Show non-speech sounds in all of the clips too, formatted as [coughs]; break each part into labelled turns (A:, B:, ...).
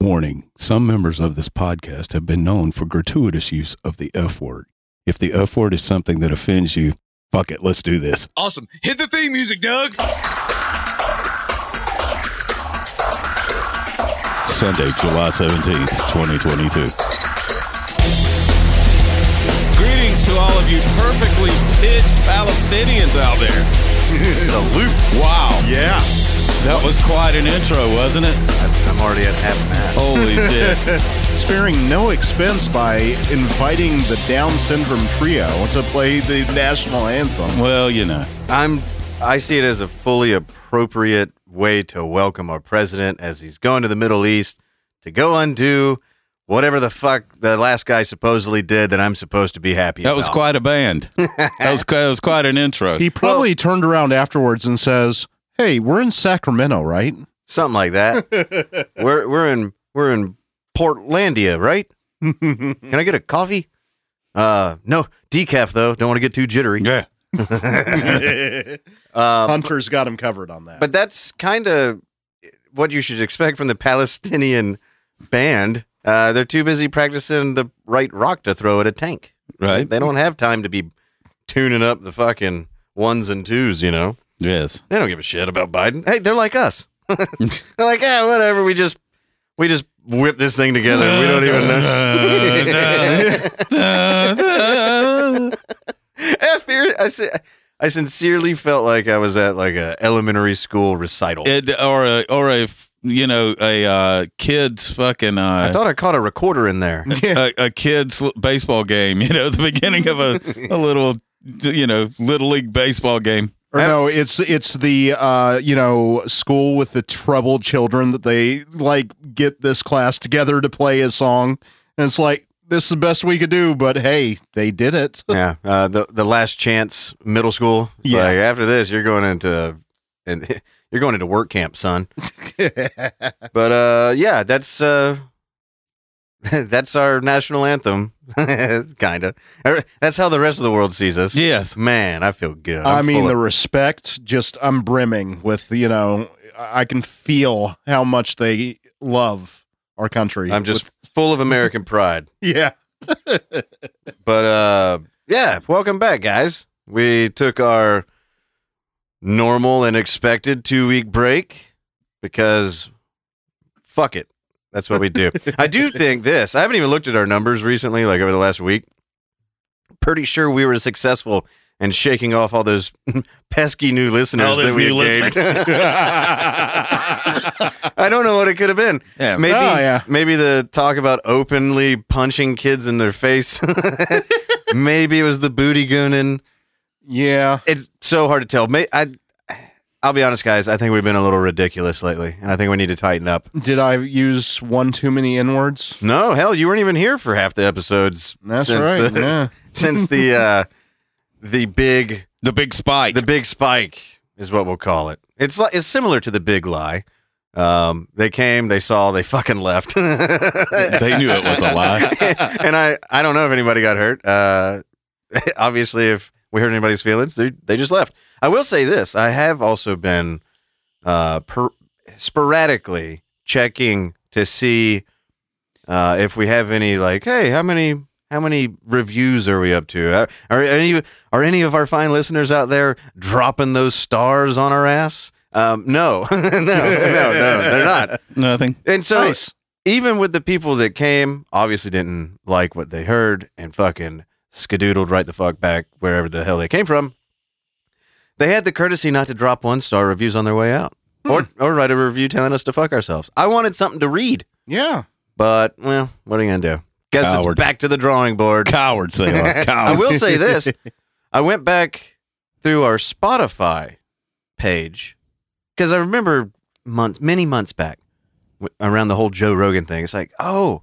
A: Warning Some members of this podcast have been known for gratuitous use of the F word. If the F word is something that offends you, fuck it, let's do this.
B: Awesome. Hit the theme music, [laughs] Doug.
A: Sunday, July 17th, 2022.
B: Greetings to all of you perfectly pitched Palestinians out there.
C: Salute.
B: Wow.
C: Yeah.
B: That was quite an intro, wasn't it?
C: I'm already at half mast. [laughs]
B: Holy shit.
C: Sparing no expense by inviting the Down syndrome trio to play the national anthem.
A: Well, you know,
D: I'm I see it as a fully appropriate way to welcome our president as he's going to the Middle East to go undo whatever the fuck the last guy supposedly did that I'm supposed to be happy
B: That was
D: about.
B: quite a band. That was, that was quite an intro.
C: He probably turned around afterwards and says, Hey, we're in Sacramento, [laughs] right?
D: something like that.
B: [laughs]
D: we're we're in we're in Portlandia, right?
B: [laughs]
D: Can I get a coffee? Uh no, decaf though. Don't want to get too jittery.
B: Yeah.
D: Uh,
C: Hunter's got him covered on that.
D: But that's kind of what you should expect from the Palestinian band. Uh, they're too busy practicing the right rock to throw at a tank.
B: Right?
D: They don't have time to be tuning up the fucking ones and twos, you know?
B: Yes.
D: They don't give a shit about Biden. Hey, they're like us. [laughs] they're like, yeah, whatever. We just we just whip this thing
B: [laughs]
D: together. We don't even know. F here- I, si- I sincerely felt like I was at like a elementary school recital.
B: [laughs] It, or a, or a, f- you know, a uh, kid's fucking. Uh,
D: I thought I caught a recorder in there.
B: a, a kid's l- baseball game, you know, [laughs] the beginning of a, a little, you know, little league baseball game.
C: Or no, it's it's the uh, you know, school with the troubled children that they like get this class together to play a song. And it's like, this is the best we could do, but hey, they did it.
D: yeah, uh, the the last chance middle school. It's
C: Yeah.
D: like, after this, you're going into and [laughs] you're going into work camp, son.
C: [laughs]
D: but uh, yeah, that's uh, [laughs] that's our national anthem, [laughs] kind of. That's how the rest of the world sees us.
B: Yes.
D: Man, I feel good.
C: i
D: I'm
C: mean,
D: full
C: the
D: of-
C: respect, just I'm brimming with, you know, I I can feel how much they love our country.
D: I'm just full of American pride.
C: With- [laughs] yeah.
D: But uh, yeah, welcome back, guys. We took our normal and expected two week break because fuck it. That's what we do. [laughs] I do think this, I haven't even looked at our numbers recently, like over the last week. Pretty sure we were successful in shaking off all those [laughs] pesky new listeners
B: All
D: that
B: those
D: we
B: new
D: had
B: [laughs]
D: gained. [laughs] I don't know what it could have been.
B: Yeah.
D: Maybe,
C: Oh, yeah.
D: maybe the talk about openly punching kids in their face. [laughs] maybe it was the booty gooning.
C: Yeah.
D: It's so hard to tell. May, I, I'll be honest, guys. I think we've been a little ridiculous lately, and I think we need to tighten up.
C: Did I use one too many N words?
D: No, hell, you weren't even here for half the episodes.
C: That's
D: since
C: right.
D: The,
C: yeah.
D: Since the uh, the big
B: The big spike.
D: the big spike is what we'll call it. It's like it's similar to the big lie. Um, they came, they saw, they fucking left. [laughs]
B: they knew it was a lie.
D: and I, I don't know if anybody got hurt. Uh, [laughs] obviously, if we hurt anybody's feelings, they, they just left. I will say this: I have also been uh, per- sporadically checking to see uh, if we have any, like, hey, how many, how many reviews are we up to? Are, are any, are any of our fine listeners out there dropping those stars on our ass? Um, no, [laughs] no, no, no, they're not.
B: [laughs] Nothing.
D: And so,
C: Nice.
D: even with the people that came, obviously didn't like what they heard and fucking skadoodled right the fuck back wherever the hell they came from. They had the courtesy not to drop one star reviews on their way out, or or write a review telling us to fuck ourselves. I wanted something to read,
C: Yeah.
D: but well, what are you gonna do? Guess
B: Cowards.
D: it's back to the drawing board.
B: Cowards they are.
D: [laughs] I
B: Cowards.
D: will say this. I went back through our Spotify page because I remember months, many months back w- around the whole Joe Rogan thing. It's like, oh,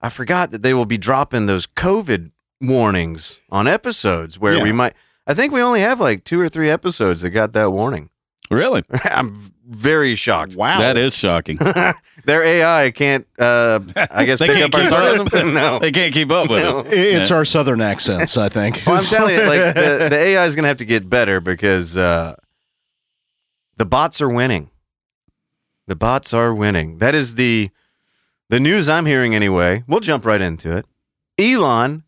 D: I forgot that they will be dropping those COVID warnings on episodes where
C: Yeah.
D: we might. I think we only have like two or three episodes that got that warning. [laughs]
B: Really?
D: I'm very shocked.
C: Wow.
B: That is shocking.
D: [laughs] Their AI can't,
B: [laughs]
D: uh, I guess,
B: They
D: pick
B: can't
D: up our
B: keep up.
D: sarcasm. [laughs] no.
B: They can't keep up with
D: [laughs]
B: us.
C: It's our southern accents, I think.
D: Well, I'm telling
C: [laughs]
D: you, like the, the AI is going to have to get better because uh, the bots are winning. The bots are winning. That is the The news I'm hearing, anyway, we'll jump right into it. Elon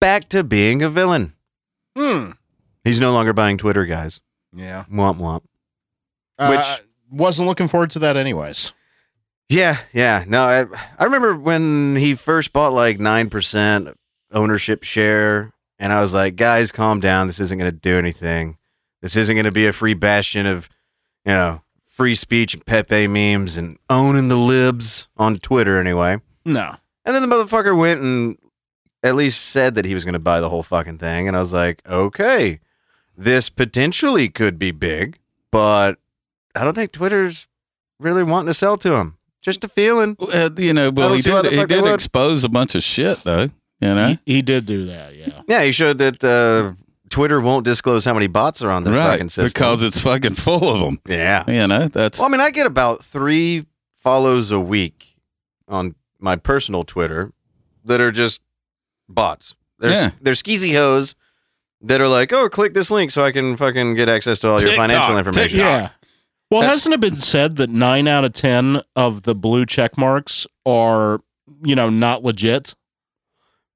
D: back to being a villain.
C: Hmm.
D: He's no longer buying Twitter, guys.
C: Yeah.
D: Womp womp.
C: Which
D: Which-
C: Uh, wasn't looking forward to that, anyways.
D: Yeah, yeah. No, I, I remember when he first bought like 9% ownership share, and I was like, guys, calm down. This isn't going to do anything. This isn't going to be a free bastion of, you know, free speech and Pepe memes and owning the libs on Twitter anyway.
C: No.
D: And then the motherfucker went and at least said that he was going to buy the whole fucking thing. And I was like, okay, this potentially could be big, but I don't think Twitter's really wanting to sell to him. Just a feeling.
B: Uh, you know,
D: I
B: but
D: don't
B: he
D: see why
B: did,
D: the
B: he
D: fuck they
B: did
D: would.
B: expose a bunch of shit, though. You know,
E: He, he did do that, yeah.
D: Yeah, he showed that uh, Twitter won't disclose how many bots are on their
B: right?
D: fucking system.
B: Because it's fucking full of them.
D: yeah.
B: You know, that's
D: Well, I mean, I get about three follows a week on my personal Twitter that are just bots. They're,
B: Yeah.
D: they're skeezy hoes that are like, oh, click this link so I can fucking get access to all your
B: TikTok,
D: financial information.
E: Yeah. Well,
D: That's-
E: hasn't it been said that nine out of ten of the blue check marks are, you know, not legit?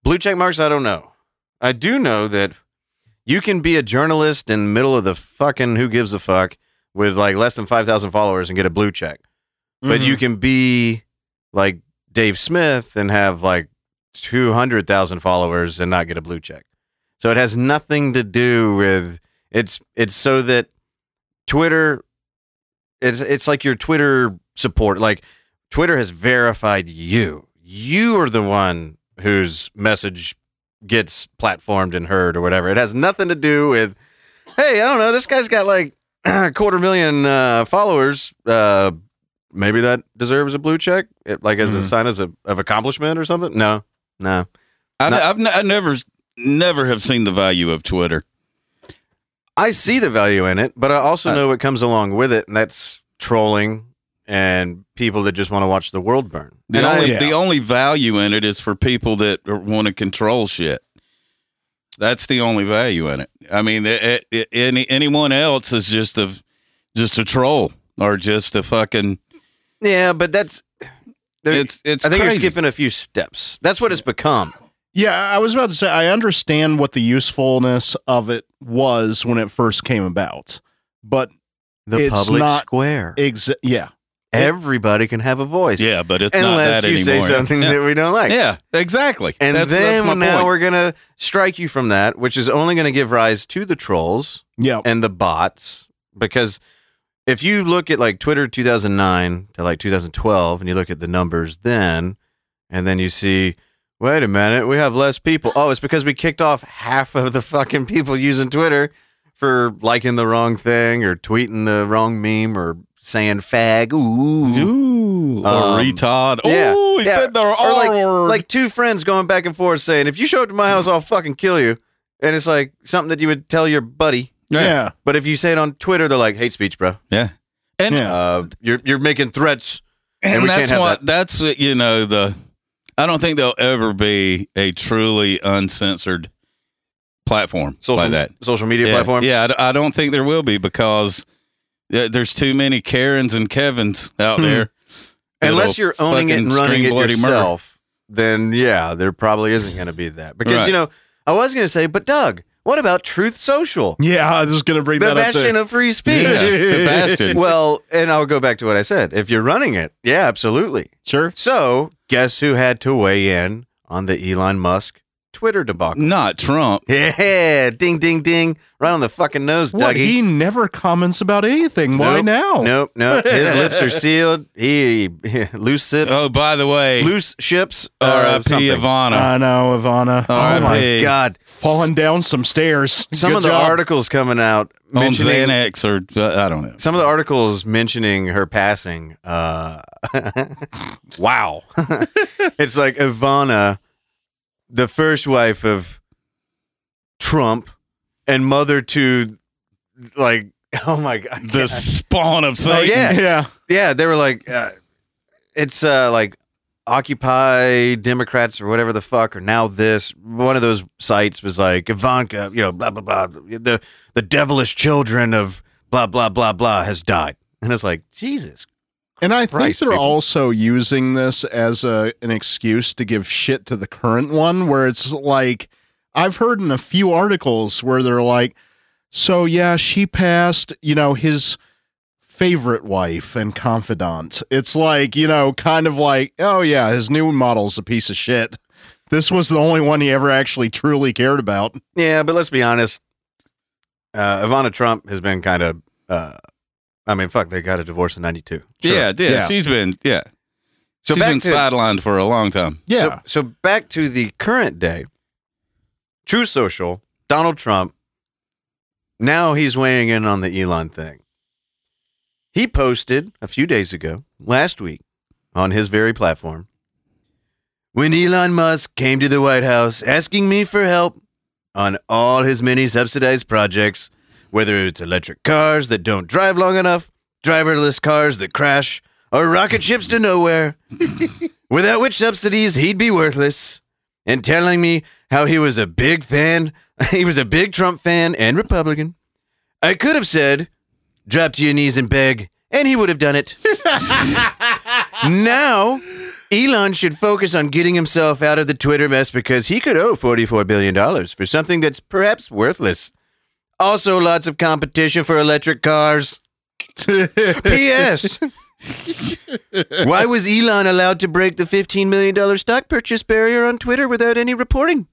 D: Blue check marks, I don't know. I do know that you can be a journalist in the middle of the fucking who gives a fuck with like less than 5,000 followers and get a blue check. But
E: Mm-hmm.
D: you can be like Dave Smith and have like 200,000 followers and not get a blue check. So it has nothing to do with it's it's so that Twitter it's it's like your Twitter support like Twitter has verified you. You are the one whose message gets platformed and heard or whatever. It has nothing to do with hey, I don't know, this guy's got like [clears throat] a quarter million uh, followers uh maybe that deserves a blue check it, like as a
B: Mhm.
D: sign as a, of accomplishment or something no no
B: I,
D: Not-
B: have n- I never, never have seen the value of Twitter.
D: i see the value in it but i also
B: Uh,
D: know what comes along with it and that's trolling and people that just want to watch the world burn
B: The
D: and
B: only,
D: I,
B: the only value in it is for people that want to control shit. That's the only value in it. I mean, it, it, any anyone else is just a, just a troll or just a fucking.
D: yeah but that's there-
B: It's it's.
D: i think
B: crazy.
D: you're skipping a few steps that's what it's become
C: Yeah, I was about to say I understand what the usefulness of it was when it first came about, but
D: the
C: It's
D: public
C: not-
D: square
C: ex- yeah,
D: everybody can have a voice
B: Yeah, but it's not
D: unless
B: that
D: you say
B: anymore.
D: something
B: yeah.
D: that we don't like
B: Yeah, exactly.
D: And
B: that's,
D: then
B: that's my
D: now
B: point.
D: we're gonna strike you from that, which is only gonna give rise to the trolls
C: yeah,
D: and the bots. Because if you look at like Twitter 2009 to like 2012, and you look at the numbers then, and then you see, wait a minute, we have less people. Oh, it's because we kicked off half of the fucking people using Twitter for liking the wrong thing or tweeting the wrong meme or saying fag. Ooh.
B: Ooh, or
D: Um,
B: retard. Ooh,
D: yeah,
B: he
D: yeah.
B: said the R
D: Or
B: word.
D: like two friends going back and forth saying, "If you show up to my house, I'll fucking kill you." And it's like something that you would tell your buddy,
C: yeah,
D: but if you say it on Twitter, they're like, "Hate speech, bro.
B: and
C: yeah.
D: Uh, you're you're making threats."
B: and,
D: we can't
B: that's
D: have
B: what that's uh, you know the i don't think there'll ever be a truly uncensored platform
D: Social
B: like that
D: social media
B: yeah,
D: platform.
B: yeah I d- I, don't think there will be because there- there's too many karens and kevins out
C: Hmm.
B: there
D: Unless
B: that'll
D: you're owning it
B: fucking
D: and running
B: scream
D: it
B: bloody murder.
D: yourself, then yeah, there probably isn't going to be that because
B: Right.
D: you know I was going to say, but Doug, what about
B: [laughs]
D: Truth Social,
C: yeah, I was just gonna bring
D: the
C: that up.
D: bastion
C: Too.
D: of free speech?
B: yeah,
D: [laughs]
B: the [laughs] bastard
D: well, and I'll go back to what I said. If you're running it, yeah, absolutely.
C: Sure.
D: So, guess who had to weigh in on the Elon Musk Twitter debacle?
B: not trump
D: [laughs] Yeah, ding, ding, ding. Right on the fucking nose,
C: What
D: Dougie.
C: he never comments about anything. Why
D: Nope.
C: now?
D: Nope,
B: [laughs]
D: nope. His lips are sealed. He, loose sips,
B: oh by the way uh,
D: loose ships, or
B: rip
D: something. Uh,
B: ivana
C: I know, Ivana.
D: Oh my
B: RIP.
D: god!
C: Falling down some stairs.
D: Some
C: Good
D: of the
C: job.
D: articles coming out
B: on
D: mentioning
B: xanax or uh, i don't know
D: some of the articles mentioning her passing. Uh, [laughs] wow, [laughs] it's like Ivana, the first wife of Trump, and mother to, like, [laughs] oh my god,
B: the spawn of
D: Oh,
B: satan
D: yeah,
C: Yeah.
D: yeah, they were like, uh, it's uh, like Occupy Democrats or whatever the fuck, or now this. One of those sites was like Ivanka, you know, blah blah blah. The the devilish children of blah blah blah blah has died, and it's like Jesus
C: And I think
D: Christ,
C: they're
D: people.
C: also using this as a an excuse to give shit to the current one, where it's like I've heard in a few articles where they're like, "So yeah, she passed," you know, his favorite wife and confidant. It's like you know, kind of like, "Oh yeah, his new model's a piece of shit." This was the only one he ever actually truly cared about.
D: Yeah, but let's be honest. Uh, Ivana Trump has been kind of. Uh, I mean, fuck, they got a divorce in '92.
B: Yeah, yeah,
C: Yeah.
B: She's been yeah.
D: So
B: she's
D: back
B: been
D: to-
B: sidelined for a long time.
C: Yeah,
D: So, so back to the current day. True Social, Donald Trump. Now he's weighing in on the Elon thing. He posted a few days ago, last week, on his very platform. When Elon Musk came to the White House asking me for help on all his many subsidized projects, whether it's electric cars that don't drive long enough, driverless cars that crash, or rocket ships to nowhere, without which subsidies he'd be worthless, and telling me how he was a big fan, [laughs] he was a big Trump fan and Republican. I could have said, drop to your knees and beg, and he would have done it. now, Elon should focus on getting himself out of the Twitter mess because he could owe $44 billion for something that's perhaps worthless. Also, lots of competition for electric cars.
B: [laughs]
D: P.S. Why was Elon allowed to break the $15 million stock purchase barrier on Twitter without any reporting?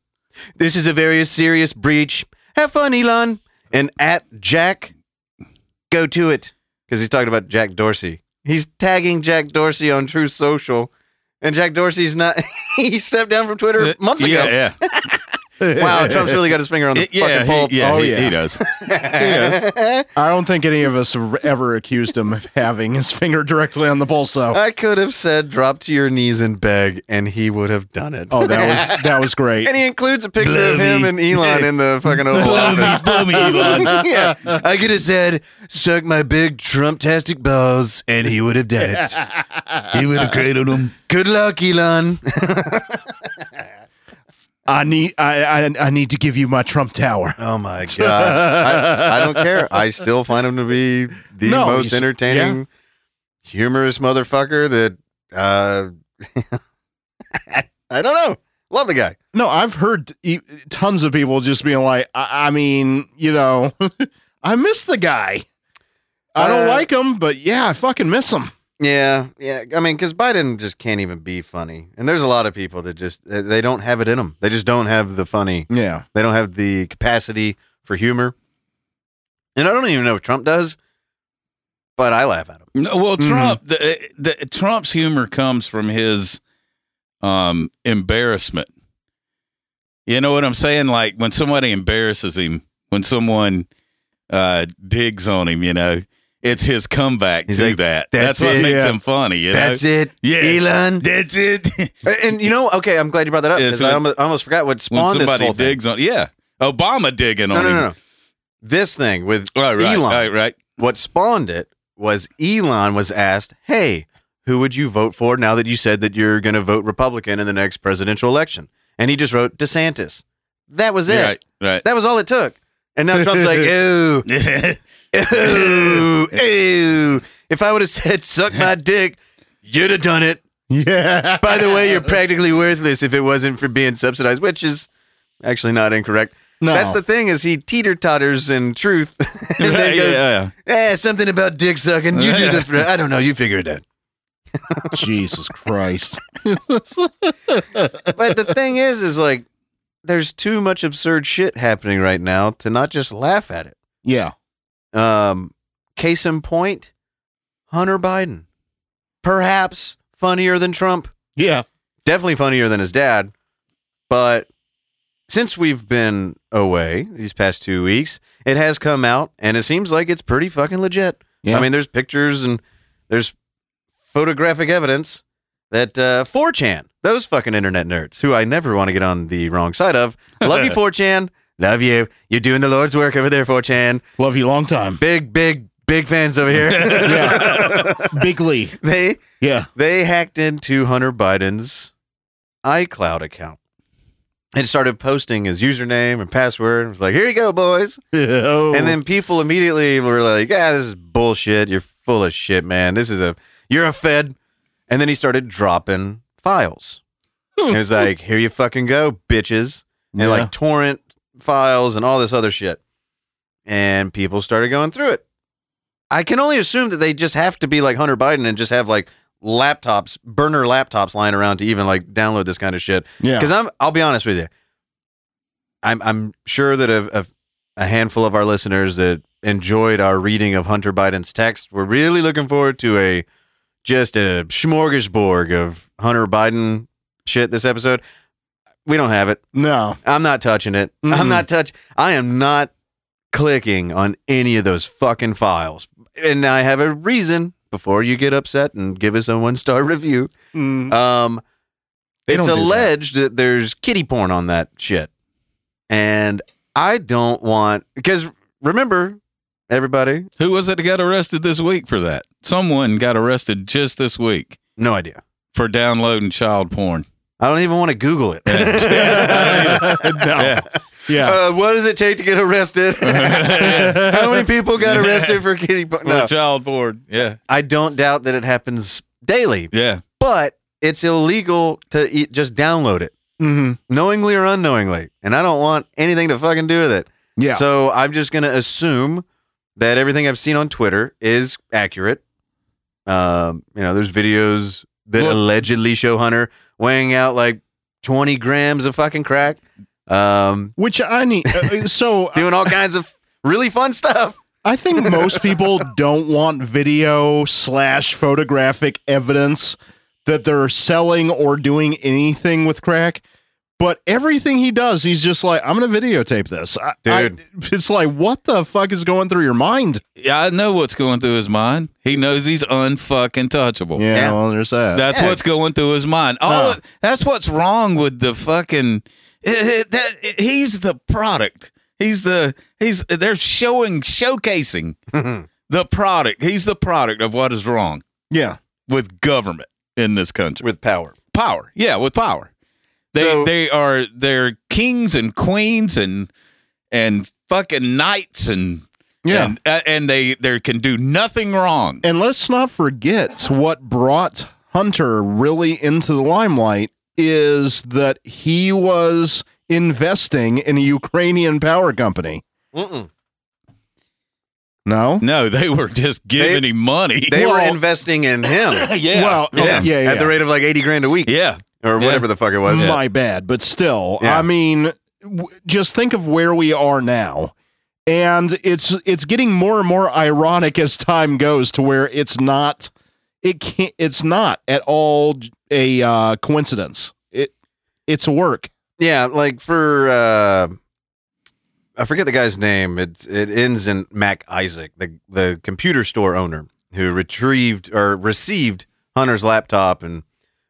D: This is a very serious breach. Have fun, Elon. And at Jack, go to it. Because he's talking about Jack Dorsey. He's tagging Jack Dorsey on True Social. And Jack Dorsey's not, [laughs] he stepped down from Twitter Er, months ago.
B: Er, Yeah, Uh, yeah,
D: Wow, Trump's really got his finger on the
B: It- [laughs] yeah,
D: fucking pulse.
B: he, yeah,
C: Oh,
B: he,
C: yeah.
B: he
D: [laughs]
B: does.
C: I don't think any of us have ever accused him of having his finger directly on the pulse. Though.
D: [laughs] I could have said, drop to your knees and beg, and he would have done it.
C: Oh, that was that was great.
D: And he includes a picture of him and Elon in [laughs] the fucking Oval [laughs]
B: [laughs]
D: Office. yeah. I could have said, suck my big Trump-tastic balls, and he would have done [laughs] it.
B: he would have created him.
D: Good luck, Elon.
C: I need I, I I need to give you my Trump Tower.
D: [laughs] Oh, my God. I, I don't care. I still find him to be the
C: No,
D: most
C: he's-
D: entertaining, humorous motherfucker that, uh, [laughs] I don't know. Love the guy.
C: [laughs] No, I've heard e- tons of people just being like, I, I mean, you know, [laughs] I miss the guy. I don't
D: Uh,
C: like him, but yeah, I fucking miss him.
D: Yeah, yeah. I mean, because Biden just can't even be funny, and there's a lot of people that just they- they don't have it in them. They just don't have the funny.
C: Yeah,
D: They don't have the capacity for humor. And I don't even know if Trump does, but I laugh at him.
B: No, well,
C: Mhm.
B: Trump, the, the, Trump's humor comes from his um, embarrassment. You know what I'm saying? Like when somebody embarrasses him, when someone uh, digs on him, you know, it's his comeback
D: He's
B: to
D: like,
B: that.
D: "That's
B: That's, what
D: it,
B: makes
D: yeah.
B: him funny. You know?
D: it,
B: Yeah.
D: Elon.
B: That's it.
D: And you know, okay, I'm glad you brought that up.
B: Yeah,
D: 'cause
B: so
D: I
B: it-
D: almost, I almost forgot
B: [laughs]
D: what
B: when
D: spawned this
B: somebody
D: whole
B: digs on, yeah, Obama digging
D: thing. No,
B: on
D: no,
B: him.
D: no, no. This thing with
B: Right, right,
D: Elon.
B: right, right.
D: what spawned it was Elon was asked, "Hey, who would you vote for now that you said that you're going to vote Republican in the next presidential election?" And he just wrote DeSantis. That was it.
B: Right, right.
D: That was all it took. And now
B: [laughs]
D: Trump's like, "Ew, ew, ew." If I would have said, "Suck my dick," you'd have done it.
C: yeah.
D: By [laughs] the way, you're practically worthless if it wasn't for being subsidized, which is actually not incorrect.
C: No.
D: That's [laughs] the thing is he teeter totters in truth, [laughs] and then
B: Right, [laughs]
D: goes,
B: yeah,
D: Eh, something about dick sucking. You do the. I don't know. You figure it out.
C: Jesus Christ.
D: But the thing is, is like, there's too much absurd shit happening right now to not just laugh at it.
C: Yeah,
D: Um, case in point, Hunter Biden, perhaps funnier than Trump.
E: Yeah.
D: Definitely funnier than his dad. But since we've been away these past two weeks, it has come out, and it seems like it's pretty fucking legit.
E: Yeah.
D: I mean, there's pictures and there's photographic evidence that uh, 4chan, those fucking internet nerds, who I never want to get on the wrong side of, love you, 4chan. Love you. You're doing the Lord's work over there, 4chan.
E: Love you long time.
D: Big, big, big fans over here. [laughs]
E: Yeah. Big Lee.
D: they
C: [laughs]
E: Yeah.
D: they hacked into Hunter Biden's iCloud account and started posting his username and password. It was like, here you go, boys.
E: Oh.
D: And then people immediately were like, yeah, this is bullshit. You're full of shit, man. This is a, You're a Fed. And then he started dropping files. it was like, here you fucking go, bitches. And
E: Yeah.
D: like torrent files and all this other shit. And people started going through it. I can only assume that they just have to be like Hunter Biden and just have like laptops, burner laptops lying around to even like download this kind of shit. [laughs]
E: yeah.
D: Because I'm, I'll be honest with you. I'm, I'm sure that a, a, a handful of our listeners that enjoyed our reading of Hunter Biden's text were really looking forward to a just a smorgasbord of Hunter Biden shit this episode. We don't have it.
C: No.
D: I'm not touching it.
C: Mm-mm.
D: I'm not touch. I am not clicking on any of those fucking files. And I have a reason. Before you get upset and give us a one star [laughs] review,
C: Mm.
D: um,
C: They
D: it's
C: don't do that.
D: alleged that. there's kitty porn on that shit, and I don't want because remember, everybody,
B: Who was it that got arrested this week for that? Someone got arrested just this week
D: no idea.
B: for downloading child porn.
D: I don't even want to Google
C: [laughs]
D: it. [laughs]
B: Yeah.
E: yeah.
D: Uh, what does it take to get
C: [laughs]
D: arrested? How many people got arrested for kitty porn?
B: For
D: No,
B: child porn. Yeah.
D: I don't doubt that it happens daily,
B: Yeah.
D: but it's illegal to e- just download it
C: Mhm.
D: knowingly or unknowingly, and I don't want anything to fucking do with it.
C: Yeah.
D: So I'm just going to assume that everything I've seen on Twitter is accurate. Um, you know, there's videos that
B: Well-
D: allegedly show Hunter weighing out like 20 grams of fucking crack, um,
C: Which I need. uh, so
D: [laughs] doing all kinds of really fun stuff.
C: I think most people don't want video slash photographic evidence that they're selling or doing anything with crack. But everything he does, he's just like, I'm going to videotape this. I- I-
D: Dude.
C: it's like, what the fuck is going through your mind?
B: Yeah, I know what's going through his mind. He knows he's unfucking touchable.
C: Yeah,
D: Yeah.
C: well, there's that.
B: That's
D: Yeah.
B: what's going through his mind. All
C: Huh.
B: that's what's wrong with the fucking. it- it- that, it- he's the product. He's the he's they're showing showcasing the product. He's the product of what is wrong
C: yeah.
B: with government in this country.
D: With power.
B: Power, yeah, with power. They
D: So-
B: they are they're kings and queens and and fucking knights and
C: Yeah.
B: and, uh, and they they can do nothing wrong.
C: And let's not forget what brought Hunter really into the limelight is that he was investing in a Ukrainian power company.
D: Mm-mm.
C: No?
B: No, they were just giving him money.
D: They were
C: Well-
D: investing in him.
B: [laughs] yeah.
C: Well, okay, yeah, yeah. Mm-hmm.
D: At the rate of like 80 grand a
B: [laughs]
D: week
B: yeah.
D: or
B: Yeah.
D: whatever the fuck it was.
C: My bad, but still,
D: Yeah.
C: I mean, w- just think of where we are now. And it's it's getting more and more ironic as time goes to where it's not it can't it's not at all j- a uh, coincidence. It it's work.
D: Yeah, like for uh I forget the guy's name. It it ends in Mac Isaac, the the computer store owner who retrieved or received Hunter's laptop and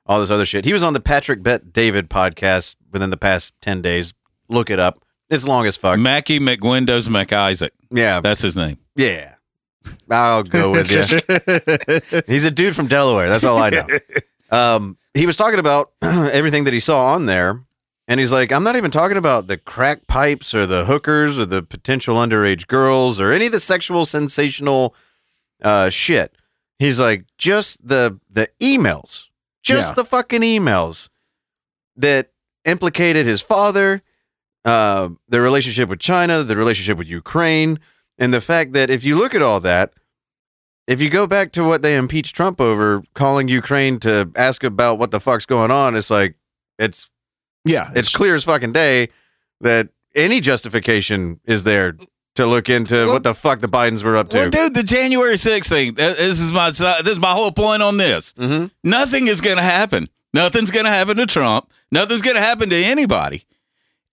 D: all this other shit. He was on the Patrick Bet David podcast within the past ten days. Look it up. It's long as fuck.
B: Mackie McWindows McIsaac.
D: yeah,
B: That's his name.
D: yeah. I'll go with you. He's a dude from Delaware. That's all I know. Um, he was talking about [clears throat] everything that he saw on there, and he's like, "I'm not even talking about the crack pipes or the hookers or the potential underage girls or any of the sexual sensational uh, shit." He's like, "Just the the emails, just
C: Yeah.
D: the fucking emails that implicated his father, uh, the relationship with China, the relationship with Ukraine, and the fact that if you look at all that." if you go back to what they impeached Trump over, calling Ukraine to ask about what the fuck's going on, it's like it's
C: yeah,
D: it's clear as fucking day that any justification is there to look into what the fuck the Bidens were up
B: Well,
D: to.
B: dude, the January 6th thing. th- This is my si- this is my whole point on this.
D: hmm
B: Nothing is going to happen. Nothing's going to happen to Trump. Nothing's going to happen to anybody.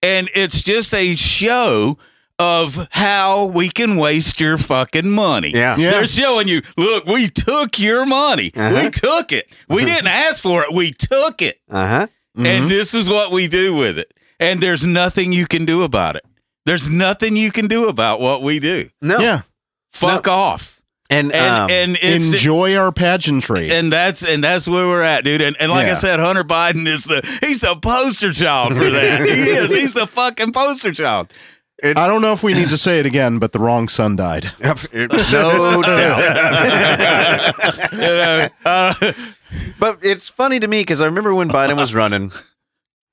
B: And it's just a show of how we can waste your fucking money.
D: Yeah.
C: Yeah.
B: They're showing you, look, we took your money. We
D: Uh-huh.
B: took it. We didn't ask for it. We took it.
D: Uh huh.
C: mm-hmm.
B: and this is what we do with it. And there's nothing you can do about it. There's nothing you can do about what we do.
D: No.
C: yeah.
B: Fuck off.
D: And
B: And
D: um, [laughs]
B: and it's
C: Enjoy our pageantry.
B: and that's and that's where we're at, dude. And and like
C: Yeah.
B: I said, Hunter Biden is the he's the poster child for
D: [laughs]
B: that. he is. He's the fucking poster child.
C: I don't know if we need to say it again, but the wrong son died.
D: no
B: [laughs]
D: doubt.
B: You know, uh, Uh,
D: But it's funny to me because I remember when Biden was running,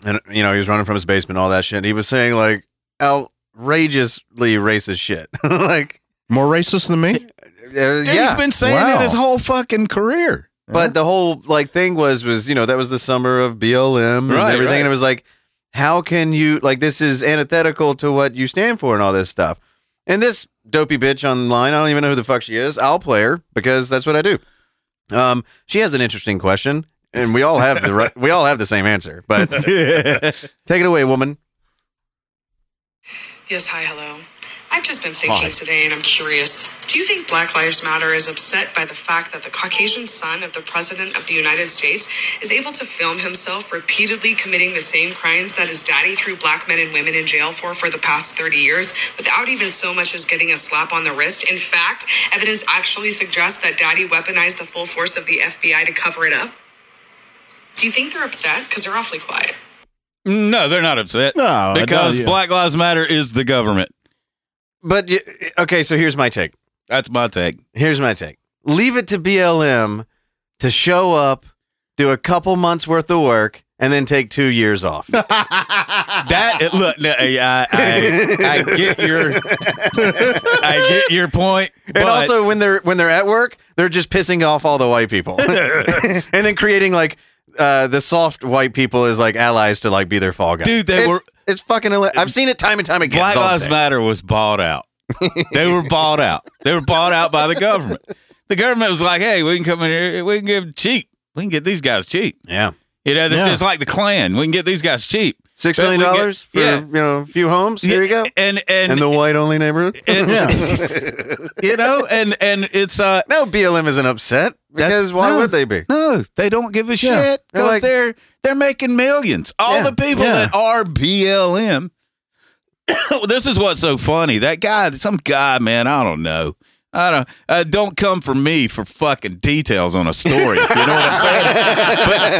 D: and you know he was running from his basement, all that shit. And he was saying like outrageously racist shit. [laughs] like,
C: More racist than [laughs] me?
D: uh,
B: dude,
D: yeah.
B: he's been saying
C: Wow.
B: it his whole fucking career.
D: but the whole like thing was was you know that was the summer of BLM and
B: Right,
D: everything,
B: right.
D: and it was like, how can you like this is antithetical to what you stand for and all this stuff. And this dopey bitch online, I don't even know who the fuck she is. I'll play her because that's what I do. Um, she has an interesting question, and we all have the right, we all have the same answer.
B: [laughs]
D: But take it away, woman.
F: Yes, hi, hello. I've just been thinking today and I'm curious. Do you think Black Lives Matter is upset by the fact that the Caucasian son of the President of the United States is able to film himself repeatedly committing the same crimes that his daddy threw black men and women in jail for for the past 30 years without even so much as getting a slap on the wrist? In fact, evidence actually suggests that daddy weaponized the full force of the FBI to cover it up. Do you think they're upset? Because they're awfully quiet.
B: No, they're not upset.
A: No, I don't,
B: because
A: yeah.
B: Black Lives Matter is the government.
D: But y- okay, so here's my take.
B: That's my take.
D: Here's my take. Leave it to BLM to show up, do a couple months worth of work, and then take two
B: [laughs]
D: years off.
B: That [laughs] it- look, no, I, I, I get your, I get your point.
D: and
B: but-
D: also when they're when they're at work, they're just pissing off all the
B: [laughs]
D: white people. [laughs] and then creating like uh, the soft white people as like allies to like be their fall guy.
B: Dude, they
D: it's,
B: were-
D: it's fucking ele- I've seen it time and time again.
B: Black
D: is all I'm
B: Lives
D: saying.
B: Matter was bought out. they were bought out. They were bought out by the government. The government was like, "Hey, we can come in here. We can give them cheap. We can get these guys cheap."
D: Yeah.
B: You know, that's
E: Yeah.
B: just like the Klan. We can get these guys cheap.
D: Six
B: But we
D: million
B: get-
D: dollars for
B: yeah.
D: you know a few homes. There you go.
B: And and,
D: And the white only neighborhood. [laughs]
B: and- [laughs] you know, and and it's uh
D: no, BLM isn't upset
B: That's-
D: because why
B: no.
D: would they be?
B: No, they don't give a shit
D: They're
B: because
D: like-
B: they're they're making millions. All
D: Yeah,
B: the people
E: yeah.
B: that are BLM. [coughs] this is what's so funny. That guy, some guy, man, I don't know. I don't. Uh, don't come for me for fucking details on a story. You know what I'm
D: [laughs]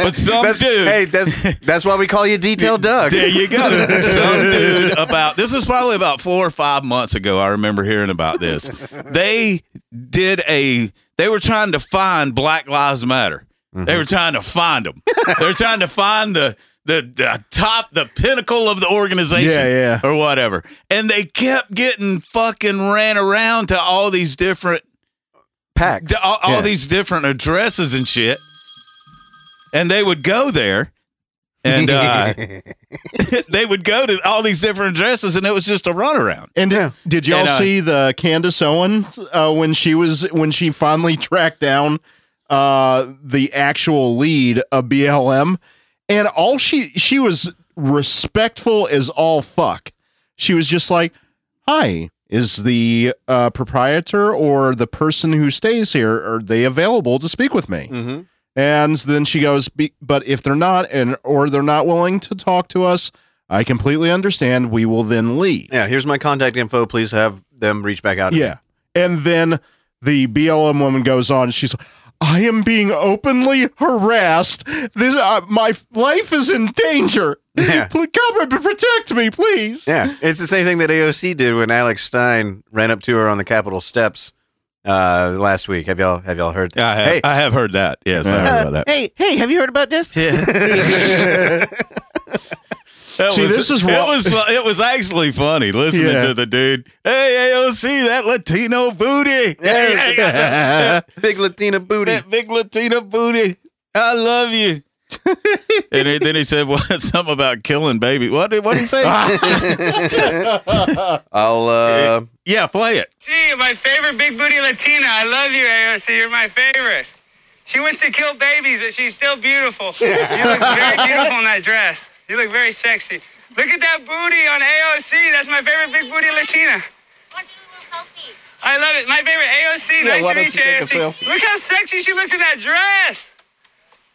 B: saying? but, [laughs] but some
D: that's,
B: dude.
D: Hey, that's that's why we call
B: [laughs]
D: you Detail Doug.
B: There you go. [laughs] Some dude about this was probably about four or five months ago. I remember hearing about this. They did a. They were trying to find Black Lives Matter. They were trying to find them. They're trying to find the, the the top, the pinnacle of the
C: [laughs]
B: organization,
C: Yeah, yeah.
B: or whatever. And they kept getting fucking ran around to all these different
D: [laughs] Packed.
B: d- all, all
D: Yeah.
B: these different addresses and shit. And they would go there
D: [laughs]
B: and uh, [laughs] they would go to all these different addresses and it was just a runaround.
C: And did, did y'all
B: And, uh,
C: see the Candace Owens uh, when she was when she finally [laughs] tracked down uh, the actual lead of BLM? And all she she was respectful as all fuck. She was just like, "Hi, is the uh, proprietor or the person who stays here are they available to speak with me?"
D: hmm
C: And then she goes, "Be- "But if they're not, and or they're not willing to talk to us, I completely understand. We will then leave."
D: Yeah, here's my contact info. Please have them reach back out. to me.
C: Yeah. And then the BLM woman goes on. She's like, I am being openly harassed. This, uh, my f- life is in danger.
D: Yeah.
C: Pl- Come and protect me, please.
D: yeah. It's the same thing that AOC did when Alex Stein ran up to her on the Capitol steps uh, last week. Have y'all have y'all heard?
B: I have,
D: Hey.
B: I have heard that. Yes, I heard
C: [laughs]
B: about that.
D: Hey, hey, have you heard about this?
B: That
C: See, this is
B: it
C: what-
B: was it was actually funny listening
C: Yeah.
B: to the dude. Hey, AOC, that Latino booty. Hey, hey, that,
D: Big Latina booty.
B: that big Latino booty. I love you. and he- then he said what [laughs] something about killing baby. What did what did he [laughs] say?
D: I'll uh,
B: yeah, play it.
G: See, my favorite big booty Latina. I love you, AOC. You're my favorite. She wants to kill babies, but she's still beautiful. You look very beautiful in that dress. You look very sexy. Look at that booty on AOC. That's my favorite big booty Latina.
H: Want to do a little selfie?
G: I love it. My favorite AOC. nice to meet you, AOC. Look how sexy she looks in that dress.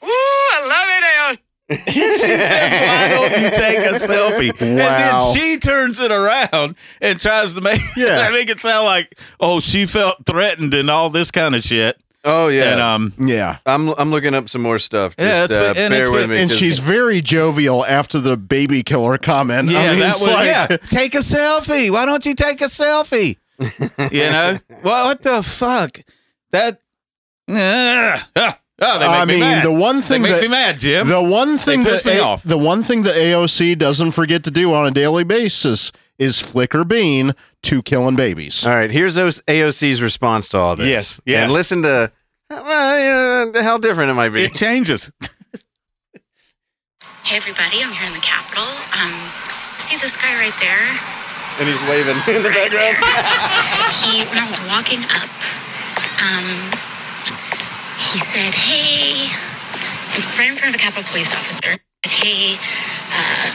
G: Woo, I love it, AOC.
B: why don't you take a selfie? And
C: Wow.
B: then she turns it around and tries to make [laughs]
C: Yeah.
B: I make it sound like, oh, she felt threatened and all this kind of shit.
D: oh yeah.
B: And um
C: Yeah.
D: I'm I'm looking up some more stuff. Just,
B: Yeah, it's-
D: uh,
B: and
D: bear
B: it's-
D: with me.
C: And
D: 'cause-
C: she's very jovial after the baby killer comment. I
B: yeah,
C: mean,
B: that
C: it's
B: was
C: like-
B: yeah. Take a selfie. Why don't you take
C: [laughs]
B: a selfie? you know, well, what the fuck? That. Ugh. [laughs] Ah. Oh, they
C: I
B: make me
C: mean,
B: mad.
C: the one thing
B: they make
C: that-
B: me mad, Jim.
C: The one thing
B: piss
C: that
B: me
C: A-
B: off.
C: the one thing that AOC doesn't forget to do on a daily basis is flicker bean to killing
B: Uh,
C: babies.
D: All right, here's those AOC's response to all this.
B: Yes, yeah.
D: And listen to well, uh, how different it might be.
B: [laughs] it changes.
H: Hey, everybody, I'm here in the Capitol. Um, see this guy right there?
D: And he's waving in the background.
H: [laughs] He, when I was walking up, um, he said, hey, it's right in front of a Capitol police officer. Hey, uh,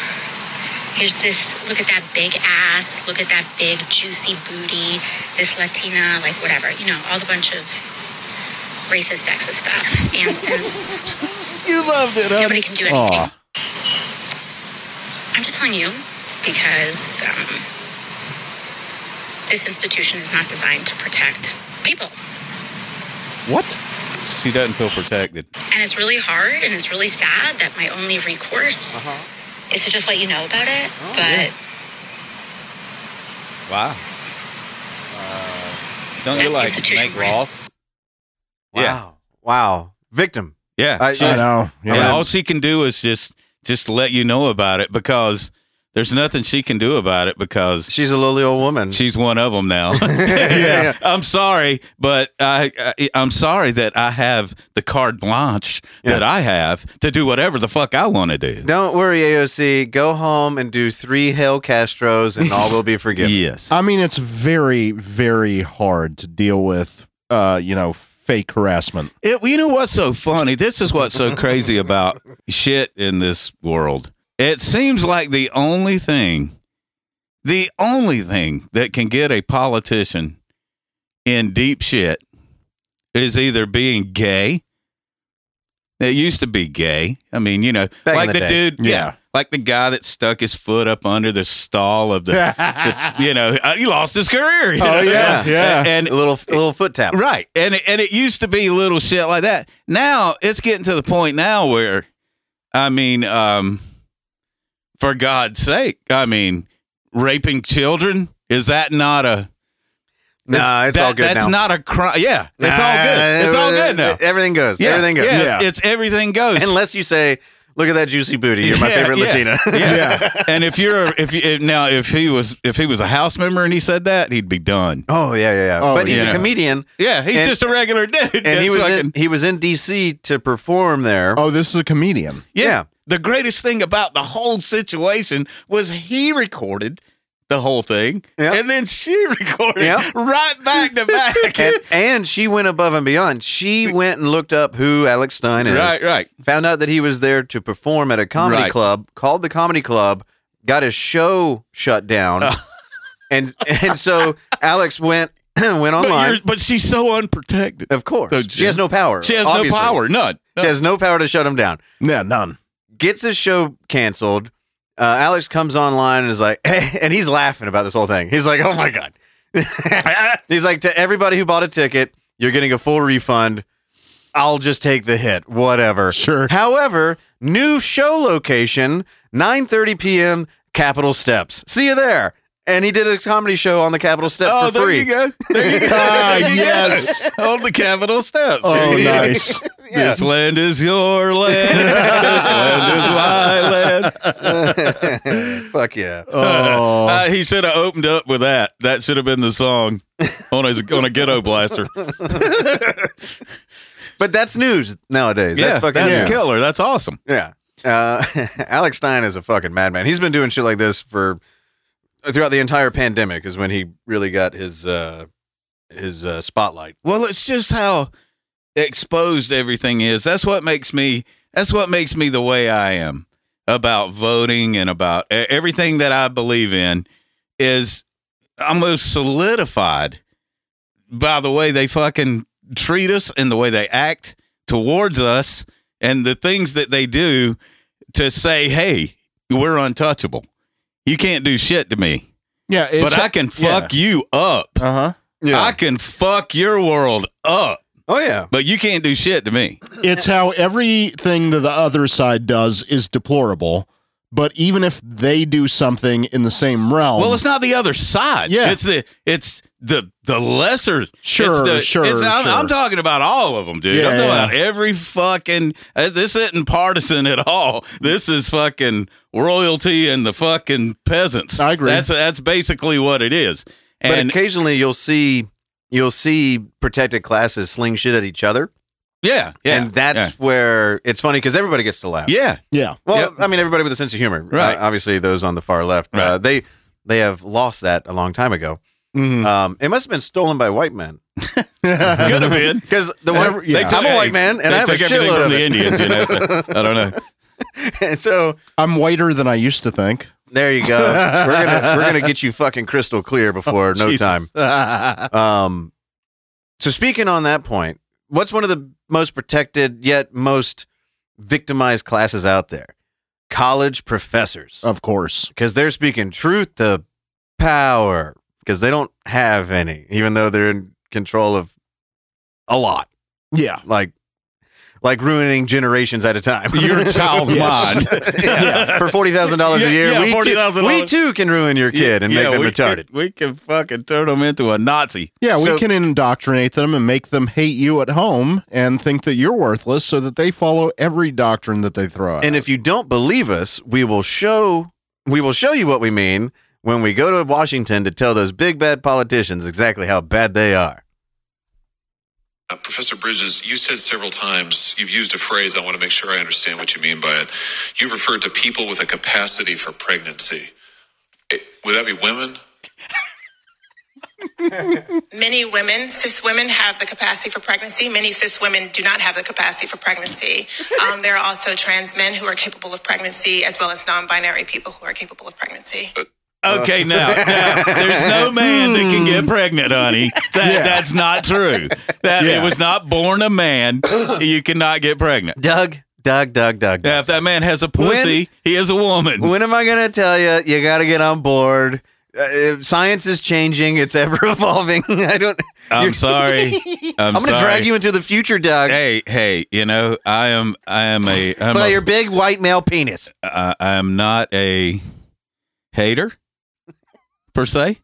H: here's this, look at that big ass, look at that big juicy booty, this Latina, like whatever, you know, all the bunch of racist, sexist stuff. And
B: [laughs]
H: since
B: You loved it,
H: nobody can do anything, I'm just telling you because um, this institution is not designed to protect people.
B: She doesn't feel protected.
H: And it's really hard and it's really sad that my only recourse is to just let you know about it. but
B: Wow. Don't you
H: That's
B: like
H: institution
B: make
H: brand.
B: laws? Yeah,
D: Wow. Wow. Victim.
B: yeah.
D: I-
B: She-
D: I
C: know.
B: and all she can do is just just let you know about it because there's nothing she can do about it because
D: She's a lowly old woman.
B: She's one of them now. [laughs]
D: Yeah.
B: I'm sorry, but I, I I'm sorry that I have the carte blanche that I have to do whatever the fuck I want to do.
D: Don't worry, AOC. Go home and do three Hail Castros and all
B: [laughs]
D: will be forgiven.
B: Yes.
C: I mean, it's very, very hard to deal with, uh, you know, fake
B: [laughs]
C: harassment.
B: It, you know what's so funny? This is what's so crazy about shit in this world. It seems like the only thing, the only thing that can get a politician in deep shit is either being gay. It used to be gay. I mean, you know,
D: Back in
B: like
D: the
B: the,
D: day.
B: dude, yeah.
C: Yeah.
B: like the guy that stuck his foot up under the stall of the,
C: Oh,
D: [laughs]
B: the- you know, uh, he lost his career. you know?
D: Oh, yeah,
C: yeah.
B: and
D: A little, a little foot tap.
B: Right. And it, and it used to be little shit like that. Now it's getting to the point now where I mean, um for God's sake, I mean, raping children is that not a
D: Nah,
B: is
D: it's
B: that-
D: all good
B: That's
D: now.
B: not a crime. Yeah, it's all
D: Nah,
B: good. It's all good now.
D: Everything goes.
B: Yeah,
D: everything goes.
B: Yeah, It's, it's everything goes.
D: Unless you say, "Look at that juicy booty. You're
B: [laughs]
D: my
B: Yeah,
D: favorite
B: yeah,
D: Latina." [laughs]
B: Yeah. and if you're if you if, now if he was if he was a house member and he said that he'd be done.
D: oh yeah, yeah, yeah.
C: Oh,
D: but he's
B: yeah.
D: a comedian,
B: Yeah, he's
D: And-
B: just a regular dude. [laughs]
D: and
B: that's
D: he was
B: fucking-
D: in, he was in D.C. to perform there.
B: [laughs]
C: Oh, this is a comedian.
B: Yeah.
D: Yeah.
B: The greatest thing about the whole situation was he recorded the whole thing
D: Yeah.
B: and then she [laughs] recorded
D: Yeah.
B: right back to back.
D: [laughs] and, and she went above and beyond. She went and looked up who Alex Stein
B: [laughs]
D: is.
B: right, right.
D: Found out that he was there to perform at a comedy
B: Right.
D: club. Called the comedy club. Got his show shut down.
B: Uh.
D: [laughs] and and so Alex went [clears throat] went
B: But,
D: online.
B: you're, but she's so unprotected.
D: Of course,
B: So
D: she has no power.
B: She has
D: obviously.
B: no power. None.
D: She has no power to shut him down.
C: Yeah, none.
D: Gets his show canceled. Uh, Alex comes online and is like, [laughs] and he's laughing about this whole thing. He's like, "Oh my god!" [laughs] he's like, "To everybody who bought a ticket, you're getting a full refund. I'll just take the hit, whatever."
C: Sure.
D: However, new show location, 9:30 p.m. Capitol Steps. See you there. And he did a comedy show on the Capitol Steps
B: Oh,
D: for
B: there
D: free.
B: you go. There
D: [laughs]
B: you go.
C: Ah,
B: There you go.
C: yes.
B: On the Capitol steps.
C: Oh,
B: There you go. [laughs]
C: nice.
B: This land is your
D: [laughs]
B: land. this land is my land.
D: [laughs] Fuck yeah.
C: Oh,
B: Uh, he should have opened up with that. That should have been the song on his on a ghetto blaster.
D: But that's news nowadays.
B: Yeah,
D: that's fucking
B: that's
D: news.
B: killer. That's awesome.
D: Yeah. Uh, [laughs] Alex Stein is a fucking madman. He's been doing shit like this for uh, throughout the entire pandemic. Is when he really got his uh, his uh, spotlight.
B: Well, it's just how exposed everything is. That's what makes me. That's what makes me the way I am about voting and about e- everything that I believe in is almost solidified by the way they fucking treat us and the way they act towards us and the things that they do to say, "Hey, we're untouchable. You can't do shit to me."
E: Yeah,
B: but I can fuck you up.
E: Uh huh.
B: I can fuck your world up,
D: oh yeah.
B: but you can't do shit to me.
C: it's how everything that the other side does is deplorable, But even if they do something in the same realm,
B: Well, it's not the other side.
C: Oh. Yeah.
B: it's the it's the the lesser.
C: Sure,
B: it's the,
C: sure,
B: it's- I'm,
C: sure.
B: I'm talking about all of them, dude.
C: Yeah,
B: I'm talking
C: yeah.
B: about every fucking. uh, This isn't partisan at all. This is fucking royalty and the fucking peasants.
C: I agree.
B: That's that's basically what it is.
D: But
B: And
D: occasionally you'll see you'll see protected classes sling shit at each other.
B: yeah, yeah,
D: and that's where it's funny because everybody gets to laugh.
B: yeah. yeah.
C: yeah,
D: Well,
B: Yep.
D: I mean, everybody with a sense of humor,
B: Right.
D: Uh, obviously, those on the far left, uh,
B: Right.
D: they they have lost that a long time ago.
B: Mm-hmm.
C: Mhm.
D: Um, it must have been stolen by white men
B: Could have been.
D: because the
C: Every-
D: white,
C: yeah.
D: I'm a white man and
B: they
D: I have a
B: took everything
D: shitload
B: from
D: of
B: the
D: it.
B: Indians. You know, so, I
C: [laughs]
B: don't know.
D: [laughs] And so
C: I'm whiter than I used to think.
D: there you go. we're gonna we're gonna get you fucking crystal
B: [laughs]
D: clear
B: Oh,
C: [laughs]
D: before no time.
C: time.
D: Um, so speaking on that point, what's one of the most protected yet most victimized classes out there? College professors.
C: [laughs]
B: Oh.
C: of course.
D: because they're speaking truth to power because they don't have any, even though they're in control of a lot,
C: Yeah.
D: like like ruining generations at a time. [laughs]
B: Your child's
C: Yes.
B: mind.
D: yeah, for forty thousand dollars
B: Yeah,
D: a year,
B: yeah,
D: we, too,
B: $40,000.
D: we too can ruin your kid and make them
B: we
D: retarded.
B: Can, we can fucking turn them into a Nazi.
C: Yeah,
D: So-
C: we can indoctrinate them and make them hate you at home and think that you're worthless so that they follow every doctrine that they throw out.
D: And if you don't believe us, we will show we will show you what we mean when we go to Washington to tell those big bad politicians exactly how bad they are.
I: Uh, Professor Bridges, you said several times, you've used a phrase, I want to make sure I understand what you mean by it. You've referred to people with a capacity for pregnancy. Eh, would that be women?
J: Many women, cis women, have the capacity for pregnancy. Many cis women do not have the capacity for [laughs] pregnancy. Um, there are also trans men who are capable of pregnancy, as well as non binary people who are capable of pregnancy.
I: Uh,
D: Uh,
B: Okay, now, now, there's
D: [laughs]
B: no man that can
D: Hmm.
B: get pregnant, honey. That, That's not true. That it was not born a
D: [coughs]
B: man. You cannot get pregnant.
D: Doug, Doug, Doug, Doug, Doug.
B: Now, if that man has a pussy, he is a woman.
D: When am I going to tell you? You got to get on board. Uh, if science is changing. It's ever [laughs] evolving. I don't.
B: I'm
D: you're-
B: sorry.
D: [laughs]
B: I'm,
D: I'm, going to
B: sorry.
D: drag you into the future, Doug.
B: Hey, hey, you know, I am, I am a, I'm
D: by
B: a-
D: your big white male penis.
B: I, I am not a hater per se.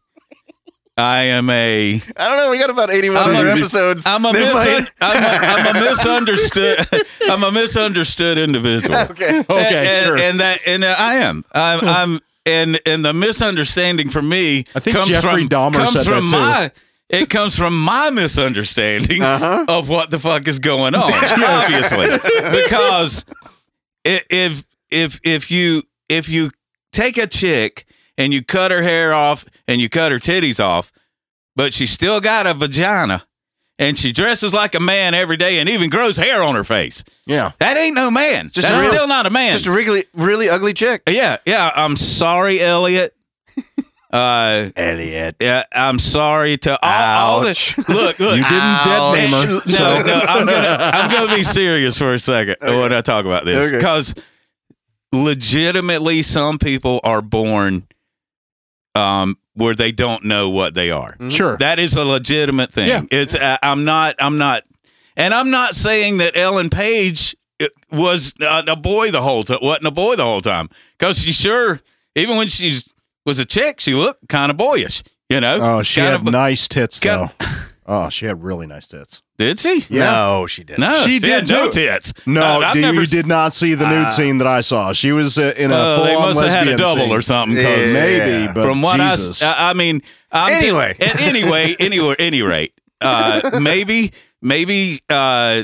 B: I am a
D: I don't know. We got about 81
B: I'm a
D: other
B: mis-
D: episodes.
B: I'm a,
D: They
B: misun-
D: might-
B: I'm a, I'm a misunderstood. [laughs] I'm a misunderstood individual.
D: [laughs] okay.
E: Okay,
B: and,
E: sure.
B: and that and uh, I am. I'm. I'm and and the misunderstanding for me
E: I think
B: comes
E: Jeffrey
B: from,
E: Dahmer
B: comes
E: said that
B: from
E: too.
B: my it comes from my misunderstanding
E: Uh-huh.
B: of what the fuck is going
E: [laughs]
B: on. obviously, because i- if if if you if you take a chick and you cut her hair off and you cut her titties off, but she still got a vagina and she dresses like a man every day and even grows hair on her face.
E: Yeah.
B: That ain't no man.
D: Just
B: That's
D: a real-
B: still not a man.
D: Just a really, really ugly chick.
B: yeah, yeah. I'm sorry,
D: [laughs]
B: Elliot. Uh,
D: Elliot.
B: yeah, I'm sorry to all, all
D: Ouch.
B: this. [laughs] Look, look.
D: You didn't dead Ouch. name her,
B: No, no. I'm gonna, I'm gonna
D: [laughs]
B: be serious for a second when I talk about this
D: Okay.
B: because legitimately, some people are born um, where they don't know what they are.
E: Sure.
B: That is a legitimate thing.
E: Yeah.
B: It's uh, I'm not I'm not, and I'm not saying that Ellen Page uh, was uh, a boy the whole time. wasn't a boy the whole time because she sure even when she was a chick she looked kind of boyish. You know?
C: oh, she
B: Kind
C: had
B: of-
C: nice tits,
B: kind [laughs]
C: though. Oh, she had really nice tits.
B: Did she?
D: No, she didn't.
B: No,
C: She
B: had
C: did
B: no
C: too.
B: tits.
C: No,
B: I- I've
C: do- you
B: never s-
C: did not see the nude
D: Ah.
C: scene that I saw. She was uh, in a
B: Uh,
C: full
B: they
C: on
B: must have
C: lesbian
B: had a double
C: scene.
B: or something. 'cause-
D: Yeah.
C: Maybe, but
B: from what
C: Jesus.
B: I, s- uh, I- I mean, I'm just- [laughs]
D: Anyway.
B: at anyway, anywhere, any rate, uh, maybe, maybe uh,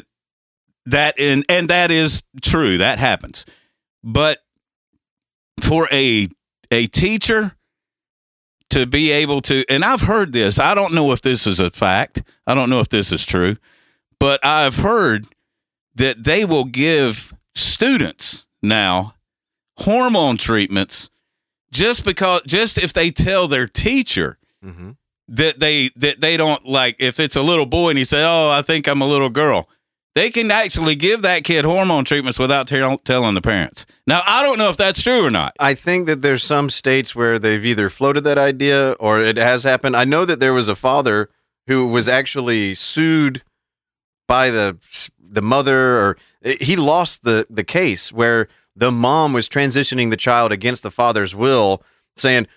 B: that in and that is true. That happens, but for a a teacher to be able to, and I've heard this. I don't know if this is a fact. I don't know if this is true, but I've heard that they will give students now hormone treatments just because just if they tell their teacher
D: Mhm.
B: that they that they don't like if it's a little boy and he say oh i think i'm a little girl they can actually give that kid hormone treatments without tell telling the parents now i don't know if that's true or not
D: I think that there's some states where they've either floated that idea or it has happened. I know that there was a father who was actually sued by the the mother or eh, he lost the the case where the mom was transitioning the child against the father's will saying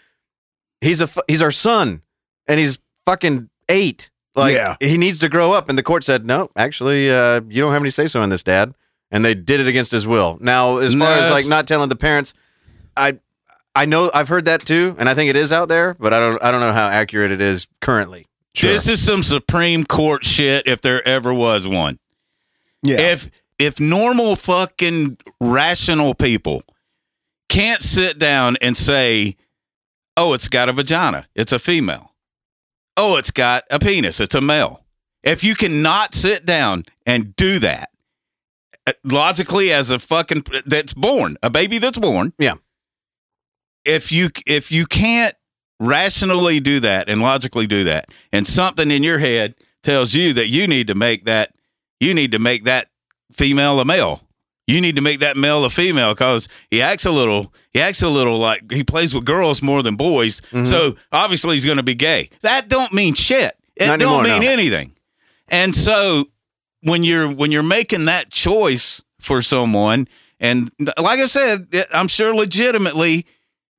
D: he's a fu- he's our son and he's fucking 8 like
C: Yeah.
D: he needs to grow up and the court said no actually uh, you don't have any say so in this dad and they did it against his will now as far
B: Nice.
D: as like not telling the parents i i know i've heard that too and i think it is out there but i don't i don't know how accurate it is currently
B: This is some Supreme Court shit if there ever was one.
C: Yeah.
B: If if normal fucking rational people can't sit down and say, "Oh, it's got a vagina. It's a female. Oh, it's got a penis. It's a male." If you cannot sit down and do that uh, logically as a fucking that's born, a baby that's born.
D: Yeah.
B: If you if you can't rationally do that and logically do that and something in your head tells you that you need to make that you need to make that female a male you need to make that male a female because he acts a little he acts a little like he plays with girls more than boys
D: Mm-hmm.
B: so obviously he's going to be gay that don't mean shit it
D: Not
B: don't
D: anymore,
B: mean
D: no.
B: anything and so when you're when you're making that choice for someone and like i said i'm sure legitimately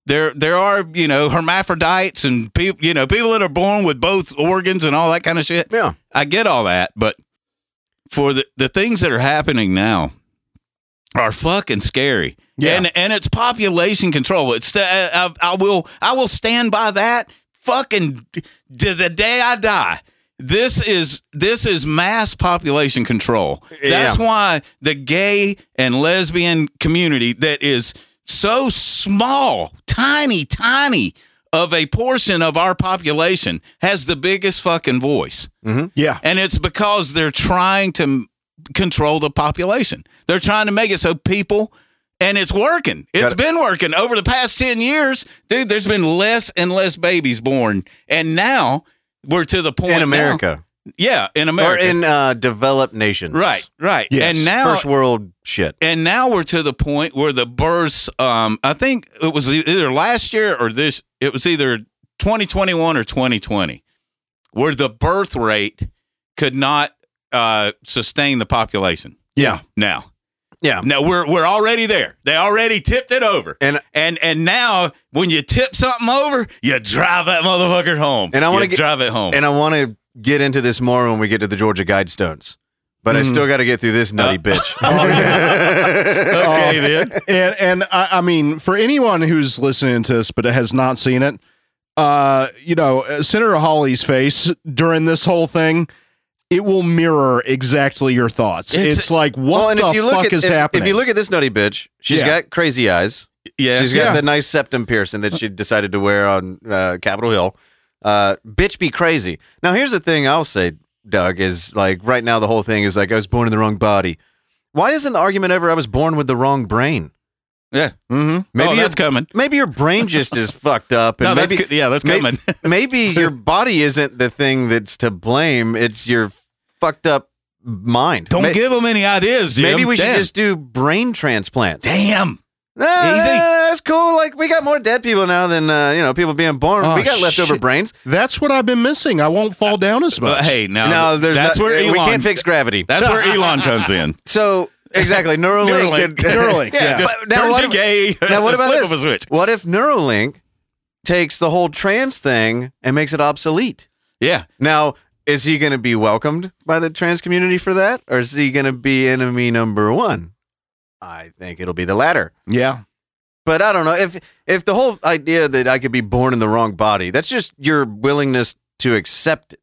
B: there there are you know hermaphrodites and people you know people that are born with both organs and all that kind of shit
D: yeah
B: i get all that but for the, the things that are happening now are fucking scary
C: Yeah.
B: and and it's population control it's the, I, I will i will stand by that fucking to the day i die this is this is mass population control that's why the gay and lesbian community that is so small, tiny, tiny of a portion of our population has the biggest fucking voice.
C: Yeah.
B: And it's because they're trying to m- control the population. They're trying to make it so people, and it's working. It's
D: Got it.
B: been working over the past 10 years. Dude, there's been less and less babies born. And now we're to the point
D: in
B: now-
D: america,
B: yeah, in America.
D: or in uh, developed nations
B: right, right.
C: Yes.
B: And now
D: first world shit
B: and now we're to the point where the births um i think it was e-, either last year or this it was either 2021 or 2020 where the birth rate could not uh sustain the population
C: Yeah.
B: now
D: yeah
B: now we're we're already there they already tipped it over
D: And-
B: and and now when you tip something over you drive that motherfucker home
D: And I wanna
B: You
D: get-
B: drive it home
D: and I want to get into this more when we get to the Georgia Guidestones. But I still got to get through this nutty bitch.
B: okay then
C: and and I, I mean, for anyone who's listening to this but has not seen it, uh, you know, Senator Hawley's face during this whole thing, it will mirror exactly your thoughts.
B: It's-
C: It's, like
D: [laughs] Well,
C: what
D: and if
C: the
D: you look
C: fuck
D: at
C: is
D: if,
C: happening?
D: if you look at this nutty bitch, she's
C: Yeah.
D: got crazy eyes.
B: yeah
D: She's got
C: Yeah.
D: the nice septum piercing that she decided to wear on uh, Capitol Hill. Uh, bitch, be crazy. Now, here's the thing I'll say, Doug, is like right now the whole thing is like I was born in the wrong body. Why isn't the argument ever I was born with the wrong brain?
B: yeah
C: Mhm.
B: maybe
D: Maybe
B: Oh, that's
D: your,
B: coming
D: [laughs] maybe your brain just is fucked up, and
B: no that's
D: maybe
B: co- yeah that's
D: May-
B: coming [laughs]
D: [laughs] maybe your body isn't the thing that's to blame. It's your fucked up mind.
B: don't
D: Ma-
B: give them any ideas Jim.
D: Maybe we should
B: Damn.
D: just do brain transplants.
B: damn
D: No, no, no, no, that's cool. Like we got more dead people now than uh, you know people being born.
C: Oh,
D: we got leftover
C: shit.
D: brains.
C: That's what I've been missing. I won't fall down
D: Uh,
C: as much.
B: But hey, now
D: no, there's
B: that's
D: not- eh,
B: where Elon,
D: we can't fix
B: [laughs]
D: gravity.
B: That's
D: [laughs]
B: where Elon comes in.
D: so exactly Neuralink. [laughs]
B: Neuralink.
D: and-
C: Neuralink,
B: Yeah,
C: yeah.
B: just
D: But now
B: turn
D: what
B: to
D: ab-
B: gay. [laughs]
D: Now, what about
B: flip
D: this?
B: of a switch?
D: What if Neuralink takes the whole trans thing and makes it obsolete?
B: Yeah,
D: Now, is he going to be welcomed by the trans community for that, or is he going to be enemy number one? I think it'll be the latter.
C: yeah,
D: But I don't know if if the whole idea that I could be born in the wrong body that's just your willingness to accept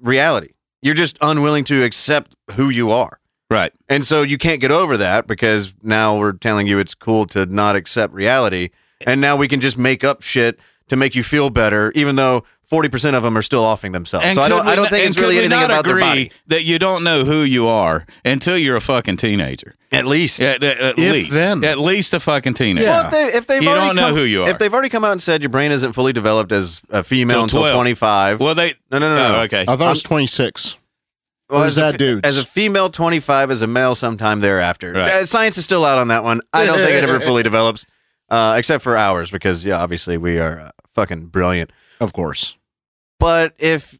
D: reality. You're just unwilling to accept who you are,
B: right.
D: and so you can't get over that because now we're telling you it's cool to not accept reality, and now we can just make up shit to make you feel better, even though. Forty percent of them are still offing themselves, so I
B: could
D: don't.
B: we
D: I don't
B: not-
D: think
B: and
D: it's really
B: could we
D: anything
B: not
D: about their
B: agree
D: body.
B: that you don't know who you are until you're a fucking teenager.
D: At least.
B: At, at, at
C: If
B: least,
C: then.
B: at least a fucking teenager.
D: Well, if they if they've
B: You
D: already
B: don't know
D: come-
B: who you are.
D: If they've already come out and said your brain isn't fully developed as a female
B: Till
D: until
B: 12.
D: 25.
B: Well, they
D: No, no, no,
B: oh,
D: no.
B: okay.
C: I thought it was twenty six.
D: Well,
C: Who's
D: as a
C: that
D: fe-
C: dude's?
D: As a female 25 as a male sometime thereafter.
B: Right.
D: Uh, science is still out on that one. I don't think it
C: [laughs]
D: ever fully develops uh, except for ours because yeah, obviously we are uh, fucking brilliant.
C: Of course.
D: But if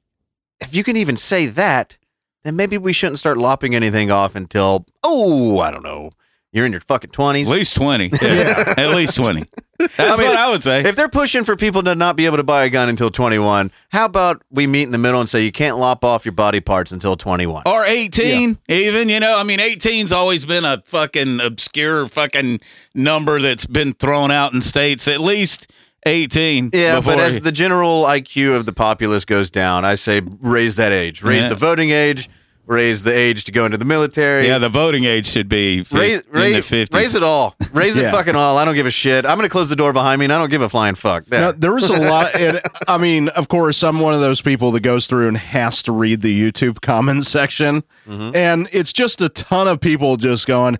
D: if you can even say that, then maybe we shouldn't start lopping anything off until oh, I don't know, you're in your fucking
B: At
D: twenties.
B: least 20. Yeah. [laughs] At least
D: [laughs]
B: 20. That's
D: mean,
B: what I would say.
D: If they're pushing for people to not be able to buy a gun until 21, how about we meet in the middle and say you can't lop off your body parts until 21?
B: or 18 even you know i mean 18's always been a fucking obscure fucking number that's been thrown out in states at least 18
D: Yeah, but
B: before
D: as
B: you-
D: the general IQ of the populace goes down, I say raise that age, raise
B: Yeah.
D: the voting age, raise the age to go into the military.
B: yeah the voting age should be fi-
D: Raise,
B: in the
D: raise,
B: 50s
D: raise it all.
B: [laughs]
D: Raise
A: Yeah.
D: it fucking all. I don't give a shit. I'm going to close the door behind me and I don't give a flying fuck. There.
C: Now, there was a lot. And, I mean, of course, I'm one of those people that goes through and has to read the YouTube comment section. And it's just a ton of people just going,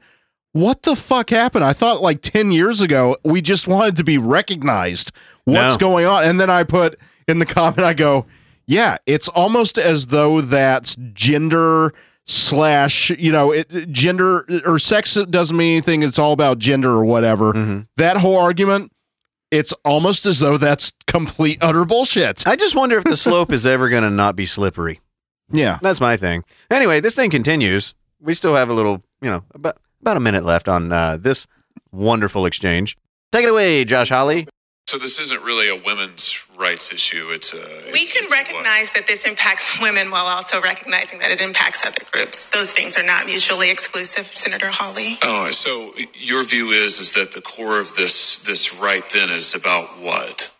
C: What the fuck happened? I thought like 10 years ago, we just wanted to be recognized. What's
D: No.
C: going on? And then I put in the comment, I go, Yeah, it's almost as though that's gender slash you know it gender or sex doesn't mean anything it's all about gender or whatever that whole argument it's almost as though that's complete utter bullshit.
D: I just wonder
B: [laughs]
D: if the slope is ever going to not be slippery.
C: Yeah.
D: That's my thing. Anyway, this thing continues. We still have a little, you know, about, about a minute left on uh, this wonderful exchange. Take it away, Josh Holly.
I: So this isn't really a women's rights issue. It's a
J: We
I: it's-
J: can
I: it's a-
J: recognize that this impacts [laughs] women while also recognizing that it impacts other groups. Those things are not mutually exclusive, Senator Hawley.
I: Oh, so your view is is that the core of this this right then is about what?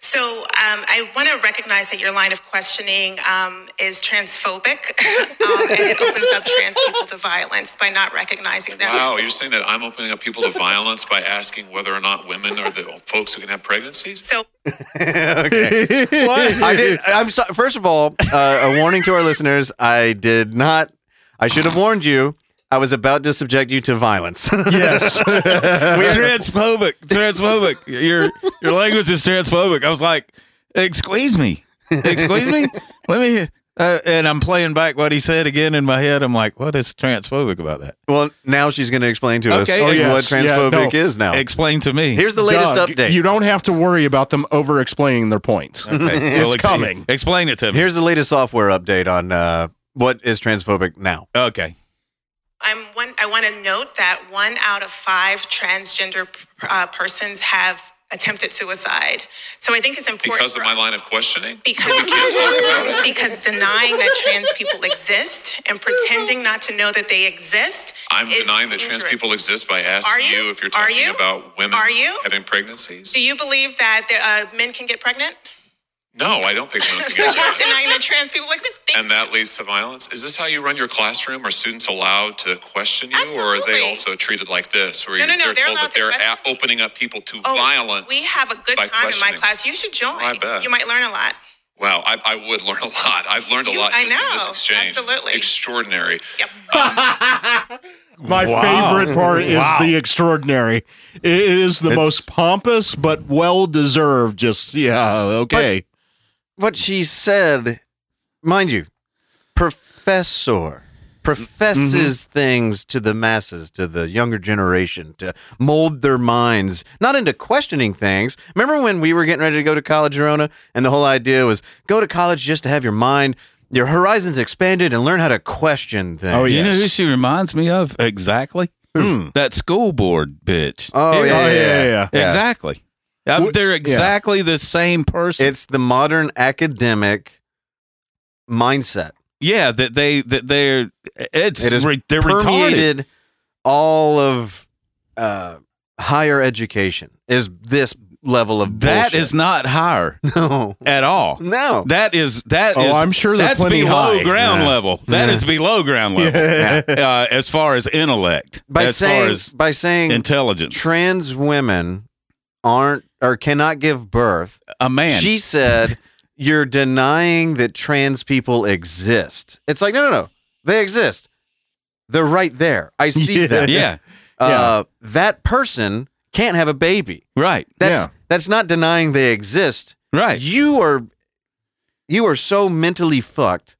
J: So um, I want to recognize that your line of questioning um, is transphobic, [laughs] um, and it opens up trans people to violence by not recognizing them.
I: Wow, you're saying that I'm opening up people to violence by asking whether or not women are the folks who can have pregnancies?
J: So
D: okay. What? I
C: [laughs]
D: did. I'm so, first of all, uh, a warning to our listeners. I did not. I should have warned you. I was about to subject you to violence. [laughs]
C: Yes.
B: transphobic [laughs] transphobic your your language is transphobic i was like excuse me excuse me let me uh, and i'm playing back what he said again in my head i'm like what is transphobic about that
D: well, now she's going to explain to us
B: Okay. Oh,
D: what
C: yes.
D: transphobic
C: Yeah, no.
D: is now.
B: explain to me
D: Here's the latest
C: Doug,
D: update.
C: You don't have to worry about them over explaining their
B: [laughs]
C: points.
D: [laughs]
B: Okay, well,
C: it's
B: ex-
C: coming.
B: explain it to me
D: Here's the latest software update on uh, what is transphobic now.
B: okay
J: I'm one, I want to note that one out of five transgender uh, persons have attempted suicide. So I think it's important
I: Because of
J: for
I: my
J: us-
I: line of questioning?
J: [laughs] Because, because denying that trans people exist and pretending not to know that they exist.
I: I'm
J: is
I: denying that trans
J: dangerous.
I: people exist by asking
J: Are you?
I: you? if you're
J: Are
I: talking
J: you?
I: about women
J: Are you?
I: having pregnancies.
J: Do you believe that the, uh, men can get pregnant?
I: No, I don't think women
J: So [laughs]
I: can
J: you're
I: get pregnant.
J: denying that trans people exist. Thank
I: And that leads to violence. Is this how you run your classroom? Are students allowed to question you, or are
J: Absolutely.
I: they also treated like this, where
J: No,
I: you-
J: no, no,
I: they're,
J: they're
I: told
J: allowed
I: that
J: to
I: they're
J: question
I: a- opening up people to
J: Oh,
I: violence?
J: We have a good
I: by
J: time in my
I: questioning.
J: class. You should join.
I: I bet.
J: You might learn a lot.
I: Wow, I, I would learn a lot. I've learned a
J: You-
I: lot
J: I
I: just in this
J: know.
I: exchange.
J: Absolutely.
I: extraordinary.
J: Yep.
C: My favorite part is the extraordinary. It is the
D: It's-
C: most pompous but well deserved. Just yeah, okay.
D: What she said, mind you, professor professes
B: Mm-hmm.
D: things to the masses, to the younger generation, to mold their minds, not into questioning things. Remember when we were getting ready to go to college, Rona, and the whole idea was go to college just to have your mind, your horizons expanded, and learn how to question things.
C: Oh,
B: You know
C: yes.
B: who she reminds me of exactly? That school board bitch.
D: Hmm. Oh, yeah,
C: Oh,
D: yeah,
C: yeah,
D: yeah,
C: yeah.
D: yeah.
B: exactly. Um, they're exactly the same person.
D: It's the modern academic mindset.
B: yeah, that they that they're it's
D: It is
B: re- they're retarded.
D: permeated all of uh, higher education. Is this level of
B: That
D: bullshit.
B: is not higher
D: [laughs] no,
B: at all.
D: no.
B: That is that
C: Oh,
B: is-
C: I'm sure they're
B: that's
C: plenty
B: below
C: high.
B: ground
D: Yeah.
B: level. That
D: Yeah.
B: is below ground level.
C: Yeah.
B: Uh, as far as intellect,
D: By
B: as
D: saying
B: far as
D: by saying
B: intelligence,
D: trans women aren't or cannot give birth,
B: a man.
D: she said [laughs] you're denying that trans people exist. It's like no, no, no. They exist. They're right there.
B: [laughs]
D: I see
C: Yeah.
D: them.
B: yeah,
D: Uh, That person can't have a baby.
B: right,
D: That's
C: Yeah.
D: that's not denying they exist.
B: right.
D: You are you are so mentally fucked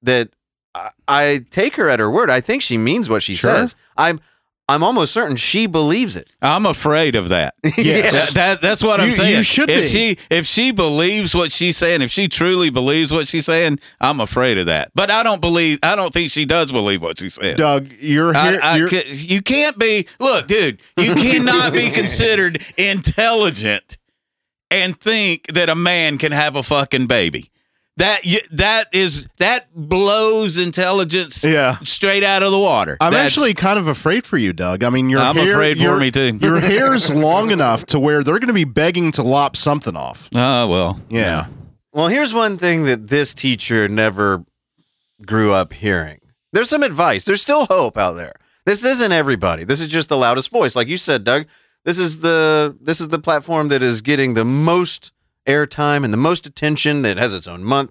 D: that I, I take her at her word. I think she means what she
C: Sure.
D: says. I'm I'm almost certain she believes it.
B: I'm afraid
C: [laughs]
B: of that.
D: Yes.
B: That, that- that's what I'm
C: You-
B: saying.
C: you should
B: if
C: be.
B: she if she believes what she's saying, if she truly believes what she's saying, I'm afraid of that. But I don't believe. I don't think she does believe what she's saying.
C: Doug, you're
B: I,
C: here.
B: I
C: you're,
B: ca- you can't be. Look, dude, you
C: [laughs]
B: cannot be considered intelligent and think that a man can have a fucking baby. That you, that is that blows intelligence
C: yeah.
B: straight out of the water.
C: I'm
B: That's-
C: actually kind of afraid for you, Doug. I mean, your
B: I'm
C: hair,
B: afraid for
C: your-
B: me, too.
C: Your hair's long enough to where they're going to be begging to lop something off.
B: Ah, well.
C: Yeah.
D: Well, here's one thing that this teacher never grew up hearing. There's some advice. There's still hope out there. This isn't everybody. This is just the loudest voice. Like you said, Doug, this is the this is the platform that is getting the most airtime and the most attention that has its own month.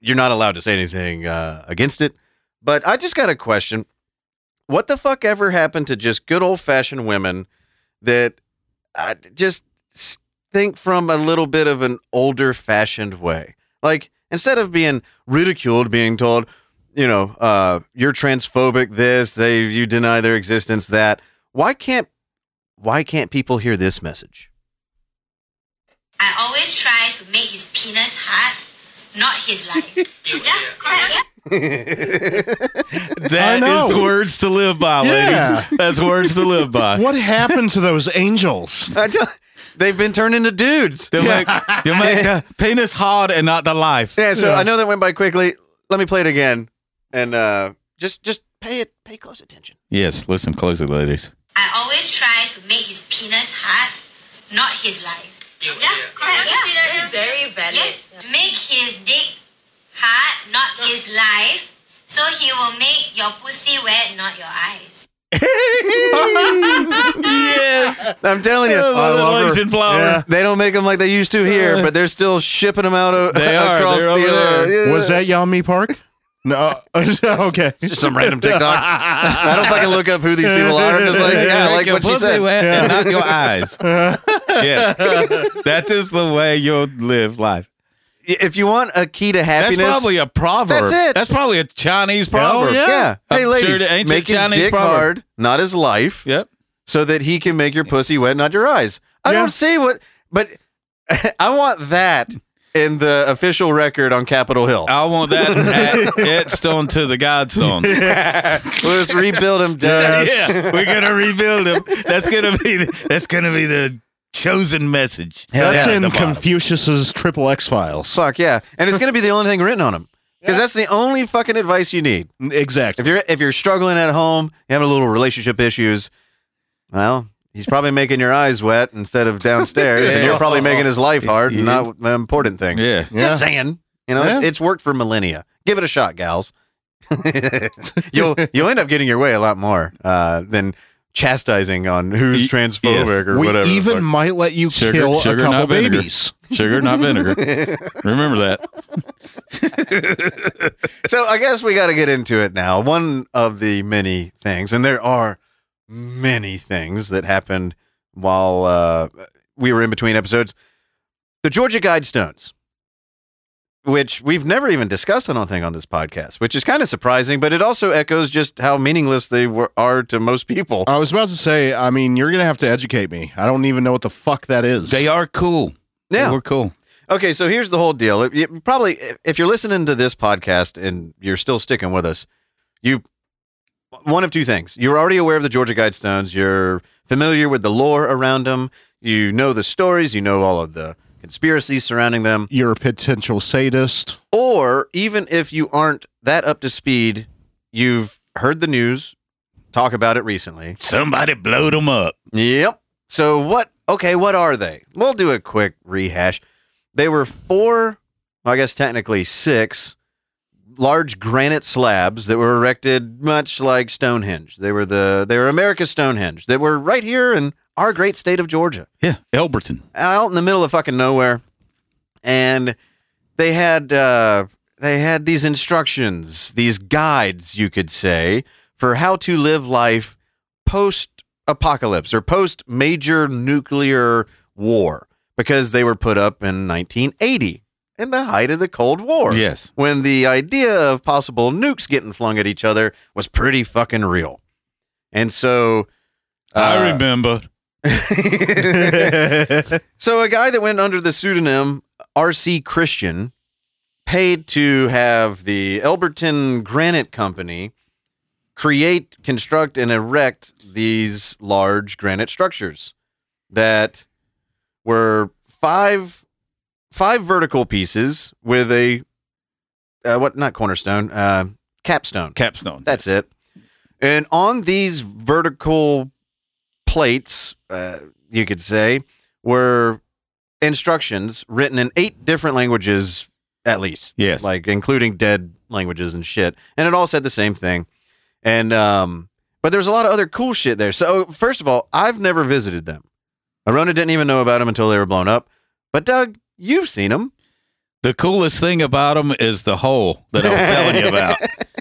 D: You're not allowed to say anything uh, against it. But I just got a question. What the fuck ever happened to just good old fashioned women that uh, just s- think from a little bit of an older fashioned way. Like instead of being ridiculed, being told, you know, uh, you're transphobic, this, they, you deny their existence, that. Why can't, why can't people hear this message? [laughs]
H: I always try to make his penis hot, not his life. [laughs] yeah, correct. Yeah.
B: That
C: I
B: is
C: know.
B: words to live by,
C: Yeah.
B: ladies. That's words to live
D: Uh,
B: by.
C: [laughs] What happened to those angels?
D: I don't- They've been turned into dudes.
B: They'll make, they'll make the penis hard and not the life.
D: Yeah. So I know that went by quickly. Let me play it again, and uh, just just pay it pay close attention.
B: Yes, listen
C: [laughs]
B: closely, ladies.
H: I always try to make his penis hot, not his life. Yeah, correct. Yeah. It's very valid. Yes, make his dick hot, not his life. So he will make your pussy wet, not your eyes.
B: Yes.
D: I'm
B: [laughs]
D: telling you,
B: My little Asian flower.
C: Yeah.
D: they don't make them like they used to here, but they're still shipping them out o-
B: Uh.
D: [laughs]
B: They are.
D: across
B: They're
D: the.
B: over
D: uh,
B: there.
D: yeah.
C: Was
D: [laughs]
C: that Yami Park? No. uh, [laughs] okay.
D: just some random TikTok. I don't fucking look up who these people are. I'm just like, yeah, I like
B: Make your
D: what she
B: pussy
D: said.
B: wet and not your
C: [laughs]
B: eyes. yes. That is the way you'll live life.
D: If you want a key to
B: That's
D: happiness,
B: probably a proverb.
D: That's it.
B: That's probably a Chinese proverb.
D: yeah.
B: I'm
D: Hey,
B: sure
D: ladies,
B: the ancient
D: make his
B: Chinese
D: dick
B: proverb.
D: hard, not his life,
B: Yep.
D: so that he can make your pussy wet, not your eyes. I
C: Yeah.
D: don't see what, but [laughs] I want that in the official record on Capitol Hill.
B: I want that
C: [laughs]
B: at- etched onto the godstone.
D: Let's rebuild him,
B: [laughs]
D: Doug.
B: yeah, we're gonna rebuild him. That's gonna be the, that's gonna be the chosen message.
C: That's
B: Yeah,
C: in
B: the bottom.
C: Confucius's Triple X Files.
D: Fuck yeah, and it's gonna be the only thing written on him because that's the only fucking advice you need.
C: Exactly.
D: If you're if you're struggling at home, you having a little relationship issues, well, he's probably making your eyes wet instead of downstairs, and you're probably making his life hard, and not the important thing.
B: Yeah.
D: Just saying, you know, it's,
C: Yeah.
D: it's worked for millennia. Give it a shot, gals. [laughs] you'll you'll end up getting your way a lot more uh, than chastising on who's
B: Ye-
D: transphobic
B: yes.
D: or
C: we
D: whatever. the
C: even
D: fuck.
C: might let you
B: Sugar-
C: kill
B: sugar,
C: a couple
B: not vinegar.
C: babies.
B: Sugar,
C: [laughs]
B: not vinegar. Remember that.
D: so I guess we got to get into it now. One of the many things, and there are many things that happened while uh, we were in between episodes. The Georgia Guidestones, which we've never even discussed, I don't think, on this podcast, which is kind of surprising, but it also echoes just how meaningless they were, are to most people.
C: I was about to say. I mean, you're gonna have to educate me. I don't even know what the fuck that is.
B: They are cool.
D: Yeah.
B: They were cool.
D: Okay, so here's the whole deal. It- you- probably, if- if you're listening to this podcast and you're still sticking with us, you one of two things: you're already aware of the Georgia Guidestones, you're familiar with the lore around them, you know the stories, you know all of the conspiracies surrounding them,
C: You're a potential sadist.
D: or even if you aren't that up to speed, you've heard the news, talk about it recently,
B: Somebody blowed them up.
D: Yep. So what? Okay, what are they? We'll do a quick rehash. They were four, well, I guess technically six, large granite slabs that were erected much like Stonehenge. They were the they were America's Stonehenge. They were right here in our great state of Georgia,
B: Yeah. Elberton.
D: out in the middle of fucking nowhere, and they had uh, they had these instructions, these guides, you could say, for how to live life post apocalypse or post major nuclear war, because they were put up in 1980 in the height of the Cold War.
B: Yes.
D: when the idea of possible nukes getting flung at each other was pretty fucking real. And so
C: Uh,
D: uh,
B: I
C: [laughs]
B: remember.
D: so a guy that went under the pseudonym RC Christian paid to have the Elberton Granite Company create, construct, and erect these large granite structures that were five five vertical pieces with a uh, what not cornerstone uh, capstone
B: Capstone.
D: that's it. And on these vertical plates, uh, you could say, were instructions written in eight different languages at least.
B: Yes.
D: Like including dead languages and shit. And it all said the same thing. And um but there's a lot of other cool shit there. So first of all, I've never visited them. Arona didn't even know about them until they were blown up. But Doug, you've seen them.
B: The coolest thing about them is the hole that I was telling you
D: [laughs]
B: about.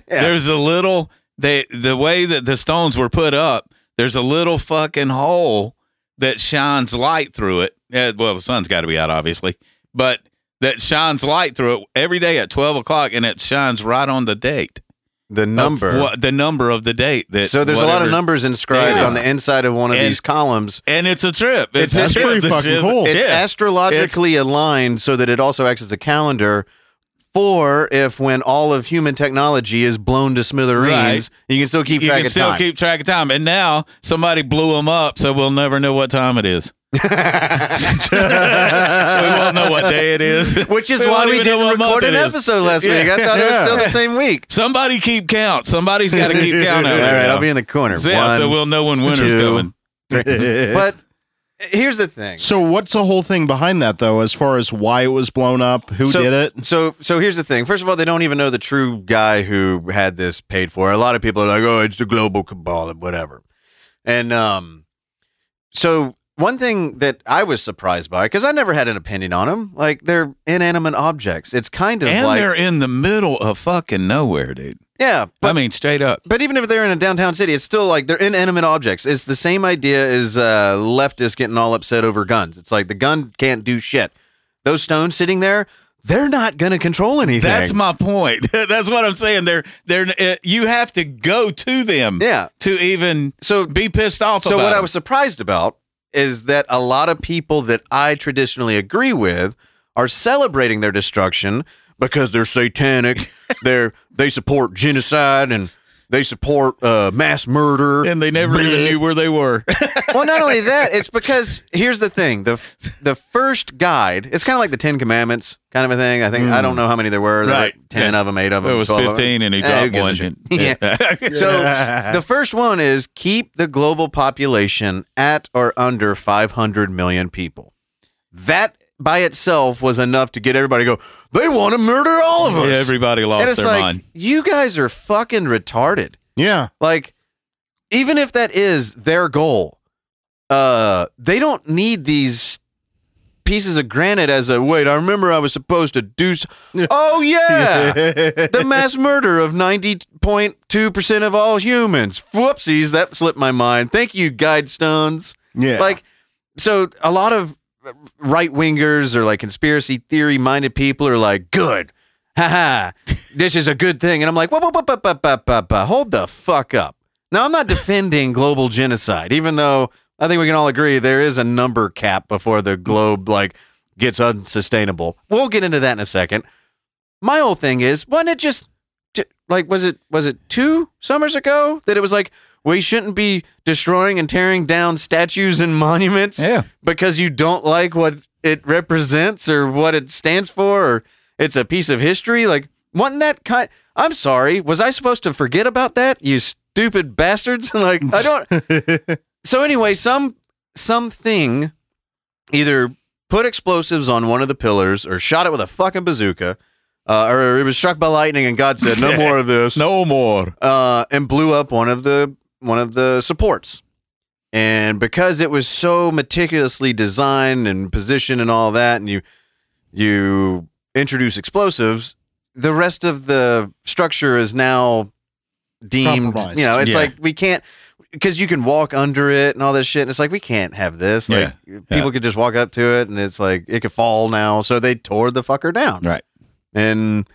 B: There's a little they the way that the stones were put up. There's a little fucking hole that shines light through it. Yeah, well, the sun's got to be out, obviously, but that shines light through it every day at twelve o'clock, and it shines right on the date
D: The
B: of
D: number.
B: what the number of the date. That
D: so there's a lot of
B: whatever-
D: numbers inscribed
B: Yeah.
D: on the inside of one of
B: And-
D: these columns.
B: and it's a trip. It's,
D: That's
B: a trip.
E: pretty
B: This
E: fucking
B: is-
E: cool.
D: It's
B: yeah.
D: astrologically aligned so that it also acts as a calendar for if when all of human technology is blown to
B: Right.
D: smithereens, you can still keep
B: you
D: track
B: can
D: of
B: still
D: time.
B: keep track of time. And now somebody blew them up, so we'll never know what time it is. we won't know what day it is.
D: [laughs] which is
B: We
D: why
B: won't
D: we
B: even know
D: didn't
B: what month
D: record an
B: it is.
D: episode last
B: Yeah.
D: week. I thought it was still the same week.
B: Somebody keep count. Somebody's got to
D: [laughs]
B: keep count of
D: All
B: it.
D: right,
B: now.
D: I'll be in the corner.
B: yeah,
D: One,
B: so we'll know when winter's
D: two.
B: coming.
D: [laughs]
B: [laughs]
D: but here's the thing.
C: So what's the whole thing behind that though, as far as why it was blown up, who
D: So-
C: did it?
D: So so here's the thing. First of all, they don't even know the true guy who had this paid for. A lot of people are like, "Oh, it's the global cabal and whatever." And um so one thing that I was surprised by cuz I never had an opinion on them, like they're inanimate objects. It's kind of
B: And
D: like
B: they're in the middle of fucking nowhere, dude.
D: yeah, but
B: I mean, straight up.
D: but even if they're in a downtown city, it's still like they're inanimate objects. It's the same idea as uh, leftists getting all upset over guns. It's like the gun can't do shit. Those stones sitting there, they're not going to control anything.
B: That's my point. [laughs] That's what I'm saying. They're they're uh, you have to go to them
D: yeah.
B: to even
D: So
B: be pissed off.
D: So
B: about
D: what I
B: them.
D: was surprised about is that a lot of people that I traditionally agree with are celebrating their destruction because they're
B: [laughs]
D: satanic. they're they support genocide and they support uh, mass murder.
B: and they never even knew where they
D: [laughs]
B: were.
D: well, not only that, it's because here's the thing: the the first guide. It's kind of like the Ten Commandments, kind of a thing. I think I don't know how many there were. There
B: Mm. Right.
D: were ten
B: Yeah.
D: of them, eight of them.
B: It was
D: 12 of them.
B: 15 and he
D: Eh, who
B: dropped
D: gives a
B: one.
D: shit?
B: and- [laughs]
D: [laughs] Yeah. So the first one is keep the global population at or under 500 million people. That by itself was enough to get everybody to go, they want to murder all of us.
B: everybody
D: and
B: lost
D: it's
B: their
D: like,
B: mind.
D: you guys are fucking retarded.
C: Yeah.
D: Like, even if that is their goal, uh, they don't need these pieces of granite as a wait. I remember I was supposed to
B: [laughs]
D: do. s oh yeah, the mass murder of ninety point two percent of all humans. Whoopsies, that slipped my mind. Thank you, Guidestones.
C: [laughs] Yeah.
D: Like, so a lot of right wingers or like conspiracy theory minded people are like, good. Haha, this is a good thing. And I'm like, whoa, whoa, whoa, whoa, whoa, whoa, whoa, whoa, hold the fuck up. Now, I'm not defending [laughs] global genocide, even though I think we can all agree there is a number cap before the globe like gets unsustainable. We'll get into that in a second. My whole thing is, wasn't it just j- like was it was it two summers ago that it was like we shouldn't be destroying and tearing down statues and monuments
B: Yeah.
D: because you don't like what it represents or what it stands for or it's a piece of history like wasn't that kind i'm sorry was i supposed to forget about that you stupid bastards [laughs] like i don't so anyway some something either put explosives on one of the pillars or shot it with a fucking bazooka uh, or it was struck by lightning and god said no more of this
B: No more.
D: uh, and blew up one of the one of the supports. And because it was so meticulously designed and positioned and all that, and you you introduce explosives, the rest of the structure is now deemed.
C: Compromised.
D: You know, it's
B: Yeah.
D: like we can't because you can walk under it and all this shit. And it's like we can't have this. Like people could just walk up to it, and it's like it could fall now. So they tore the fucker down.
B: Right.
D: And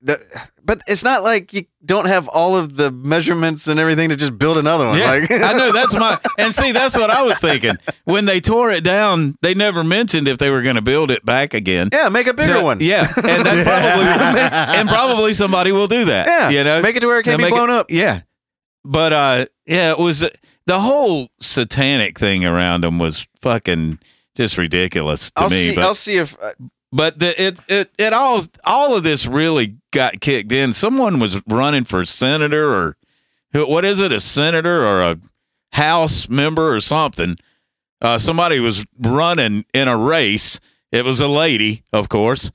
D: the, but it's not like you don't have all of the measurements and everything to just build another one.
B: Yeah,
D: Like,
B: I know that's my and see that's what I was thinking. When they tore it down, they never mentioned if they were going to build it back again.
D: [laughs] yeah, make a bigger
B: So,
D: one.
B: Yeah, and
D: [laughs]
B: that probably [laughs] and probably somebody will do that.
D: Yeah,
B: you know,
D: make it to where it
B: Now
D: can't be
B: make
D: blown up.
B: Yeah, but uh, yeah, it was the whole satanic thing around them was fucking just ridiculous to
D: I'll
B: me.
D: see.
B: but
D: I'll see if uh,
B: but the, it it it all all of this really got kicked in. Someone was running for senator or who- what is it, a senator or a house member or something. Uh, somebody was running in a race. It was a lady, of course,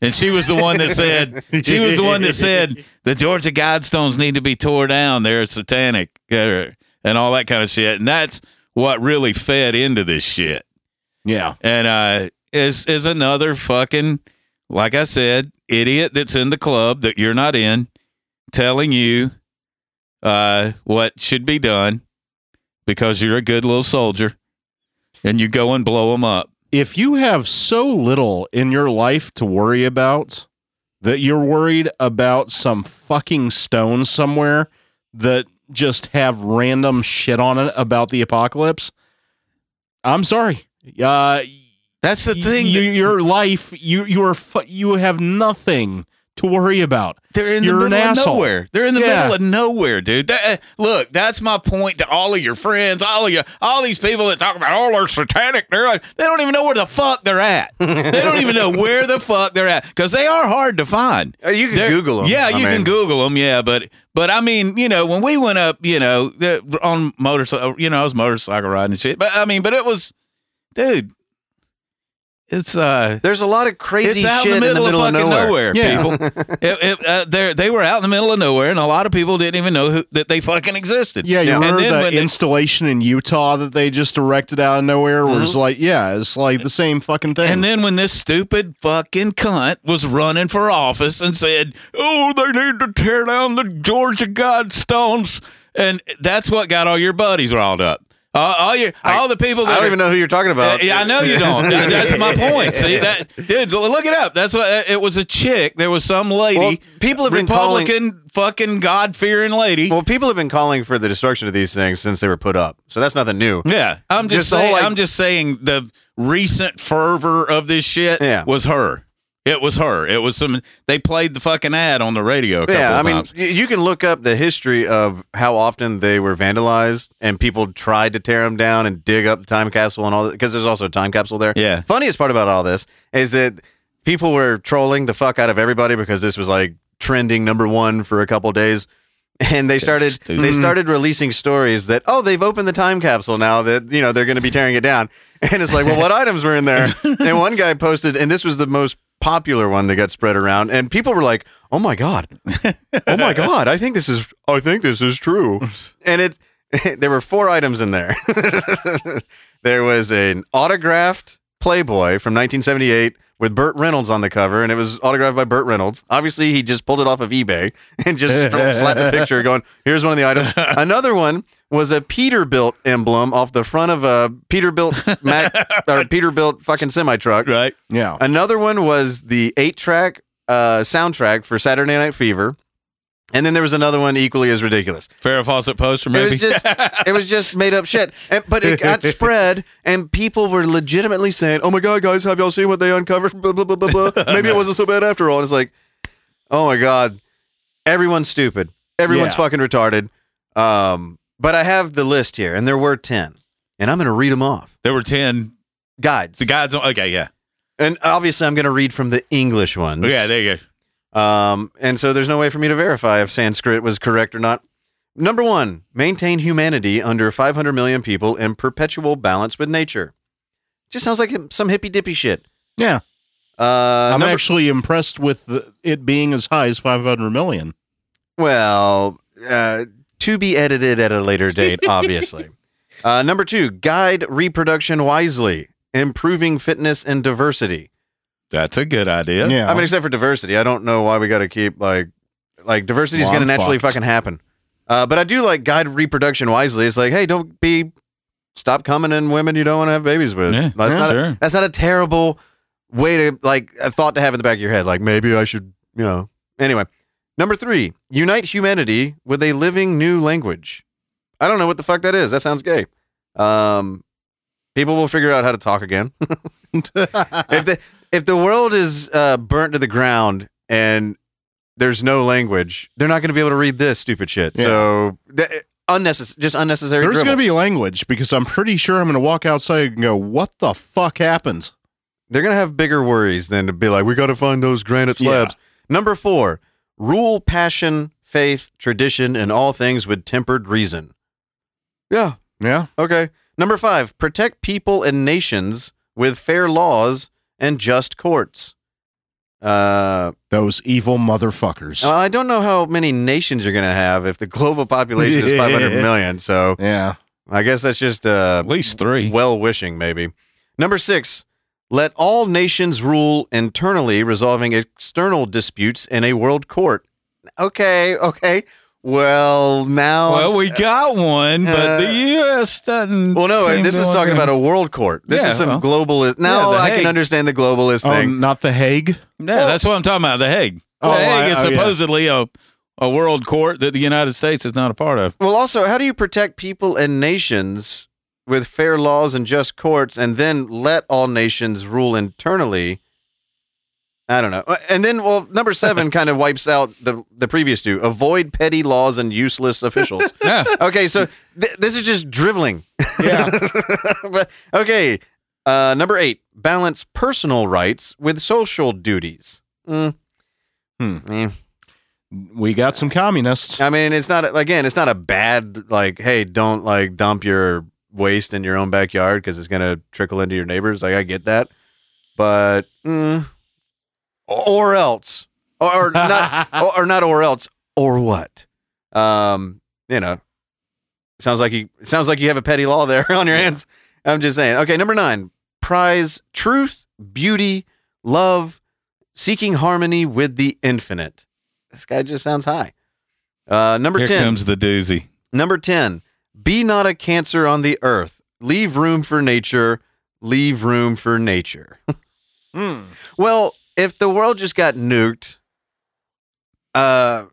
B: and she was the one that said she was the one that said the Georgia Guidestones need to be tore down. They're satanic uh, and all that kind of shit. And that's what really fed into this shit
E: Yeah.
B: and uh is is another fucking like I said, idiot that's in the club that you're not in telling you uh what should be done because you're a good little soldier and you go and blow them up.
E: if you have so little in your life to worry about that you're worried about some fucking stone somewhere that just have random shit on it about the apocalypse, I'm sorry. Uh,
B: That's the thing.
E: you, your life, you you are fu- you have nothing to worry about.
B: They're in
E: You're
B: the
E: an
B: middle of
E: asshole.
B: nowhere. They're in the
E: Yeah.
B: middle of nowhere, dude. That, uh, look, that's my point to all of your friends, all of you, all these people that talk about all oh, they're satanic. They're like, they don't even know where the fuck they're
E: [laughs]
B: at. they don't even know where the fuck they're at because they are hard to find.
D: uh, you can
B: They're-
D: Google them.
B: Yeah,
D: I
B: you
D: mean.
B: can Google them. Yeah, but but I mean, you know, when we went up, you know, the, on motorcycle, you know, I was motorcycle riding and shit. But I mean, but it was, dude, it's uh,
D: There's a lot of crazy
B: it's out
D: shit
B: in the middle, of fucking nowhere,
E: Yeah.
B: people. it, [laughs] it, uh, they're- they were out in the middle of nowhere, and a lot of people didn't even know who, that they fucking existed.
C: Yeah, you
B: and
C: remember
B: then
C: that
B: when they-
C: installation in Utah that they just erected out of nowhere? Where it's like, yeah, it's like the same fucking thing.
B: Mm-hmm. And then when this stupid fucking cunt was running for office and said, "Oh, they need to tear down the Georgia Godstones," and that's what got all your buddies riled up. Uh, all your, all the people that
D: I don't
B: are-
D: even know who you're talking
B: Uh,
D: about.
B: yeah, I know
D: [laughs]
B: you don't. That- That's my point. See that, dude? Look it up. That's what uh, it was. A chick. There was some lady.
D: Well, people have been calling-
B: Republican fucking God fearing lady.
D: Well, people have been calling for the destruction of these things since they were put up, so that's nothing new.
B: Yeah, I'm just,
D: Just the whole,
B: saying.
D: like-
B: I'm just saying the recent fervor of this shit
D: Yeah.
B: was her. It was her. It was some. They played the fucking ad on the radio. A couple
D: Yeah, I
B: of
D: mean,
B: times.
D: y- you can look up the history of how often they were vandalized and people tried to tear them down and dig up the time capsule and all that, because there's also a time capsule there.
B: Yeah.
D: Funniest part about all this is that people were trolling the fuck out of everybody because this was like trending number one for a couple days. [laughs] And they started
B: stupid.
D: they started releasing stories that oh they've opened the time capsule now that you know they're going to be tearing it down [laughs] and it's like well
B: [laughs]
D: what items were in there and one guy posted and this was the most popular one that got spread around and people were like oh my god [laughs] oh my god i think this is i think this is true and it [laughs] there were four items in there [laughs] there was an autographed playboy from 1978 with Burt Reynolds on the cover, and it was autographed by Burt Reynolds. Obviously, he just pulled it off of eBay [laughs] and just stra- slapped a picture going, here's one of the items. Another one was a Peterbilt emblem off the front of a Peterbilt Mac or Peterbilt fucking semi truck.
B: right?
C: yeah,
D: Another one was the eight track uh, soundtrack for Saturday Night Fever. And then there was another one equally as ridiculous.
B: Farrah Fawcett poster,
D: It
B: maybe.
D: was just it was just made up shit. And, but it
B: [laughs]
D: got spread and people were legitimately saying, "Oh my god, guys, have y'all seen what they uncovered?" blah blah blah
B: [laughs]
D: blah. blah. Maybe it wasn't so bad after all. And it's like, "Oh my god, everyone's stupid. Everyone's
C: Yeah.
D: fucking retarded." Um, but I have the list here and there were 10. And I'm going to read them off.
B: there were ten.
D: Guides.
B: The guides. On, okay, yeah,
D: and obviously I'm going to read from the English ones.
B: yeah. There you go.
D: Um, and so there's no way for me to verify if Sanskrit was correct or not. Number one, maintain humanity under 500 million people in perpetual balance with nature. Just sounds like some hippy dippy shit.
E: Yeah.
D: Uh,
E: I'm
D: number-
E: actually impressed with the, it being as high as 500 million.
D: well, uh, to be edited at a later
E: [laughs]
D: date, obviously. Uh, number two, guide reproduction wisely, improving fitness and diversity.
B: That's a good idea.
C: yeah.
D: I mean, except for diversity, I don't know why we got to keep like, like diversity is
C: Well,
D: going to
C: I'm
D: naturally
C: fucked.
D: fucking happen. Uh, but I do like guide reproduction wisely. It's like, hey, don't be, stop coming in women you don't want to have babies with.
B: Yeah,
D: that's
B: yeah,
D: not
B: sure.
D: that's not a terrible way to like a thought to have in the back of your head. Like maybe I should, you know, Anyway, number three, unite humanity with a living new language. I don't know what the fuck that is. That sounds gay. Um, people will figure out how to talk again. [laughs] if the if the world is uh, burnt to the ground and there's no language, they're not going to be able to read this stupid shit. So that, unnecessary, just unnecessary.
C: There's going to
D: dribble.
C: be language because I'm pretty sure I'm going to walk outside and go, "What the fuck happened?"
D: they're gonna have bigger worries than to be like, we gotta find those granite slabs. Number four, rule passion, faith, tradition, and all things with tempered reason. Yeah.
C: Yeah.
D: Okay. Number five, protect people and nations with fair laws and just courts. Uh,
C: Those evil motherfuckers.
E: Uh,
D: I don't know how many nations you're gonna have if the global population
B: [laughs]
D: is 500 million. So
C: yeah.
D: I guess that's just uh,
B: At least three.
D: well wishing, maybe. Number six, let all nations rule internally, resolving external disputes in a world court. Okay, okay. Well, now.
B: Well, we got one, but the
D: Uh,
B: U.S. doesn't.
D: Well, no,
B: seem
D: this
B: to
D: is
B: want
D: talking
B: to-
D: about a world court. This
B: Yeah,
D: is
B: well.
D: some globalist. Now
B: the
D: I can
B: Hague. Um,
D: understand the globalist
C: Oh,
D: thing.
C: not the Hague.
B: Yeah, that's what I'm talking about. The Hague. The
C: Oh, I-
B: Hague is
C: oh, yeah.
B: supposedly a a world court that the United States is not a part of.
D: Well, also, how do you protect people and nations with fair laws and just courts, and then let all nations rule internally? I don't know. Uh, And then, well, number
B: [laughs]
D: seven kind of wipes out the the previous two. Avoid petty laws and useless officials.
B: [laughs] Yeah,
D: okay, so th- this is just driveling.
B: yeah.
D: [laughs] but okay, uh, number eight: balance personal rights with social duties. Mm.
E: Hmm.
D: Eh.
E: We got some communists.
D: I mean, it's not again, it's not a bad like, hey, don't like dump your waste in your own backyard because it's gonna trickle into your neighbors. Like, I get that, but mm, or else, or, or not, or, or not, or else, or what? Um, you know, sounds like you sounds like you have a petty law there [laughs] on your hands. I'm just saying. Okay, number nine, prize truth, beauty, love, seeking harmony with the infinite. This guy just sounds high. Uh, number
B: Here
D: ten.
B: comes the
E: [laughs]
B: doozy.
D: Number 10, be not a cancer on the earth. Leave room for nature. Leave room for nature. [laughs] Hmm. Well, if the world just got nuked, uh,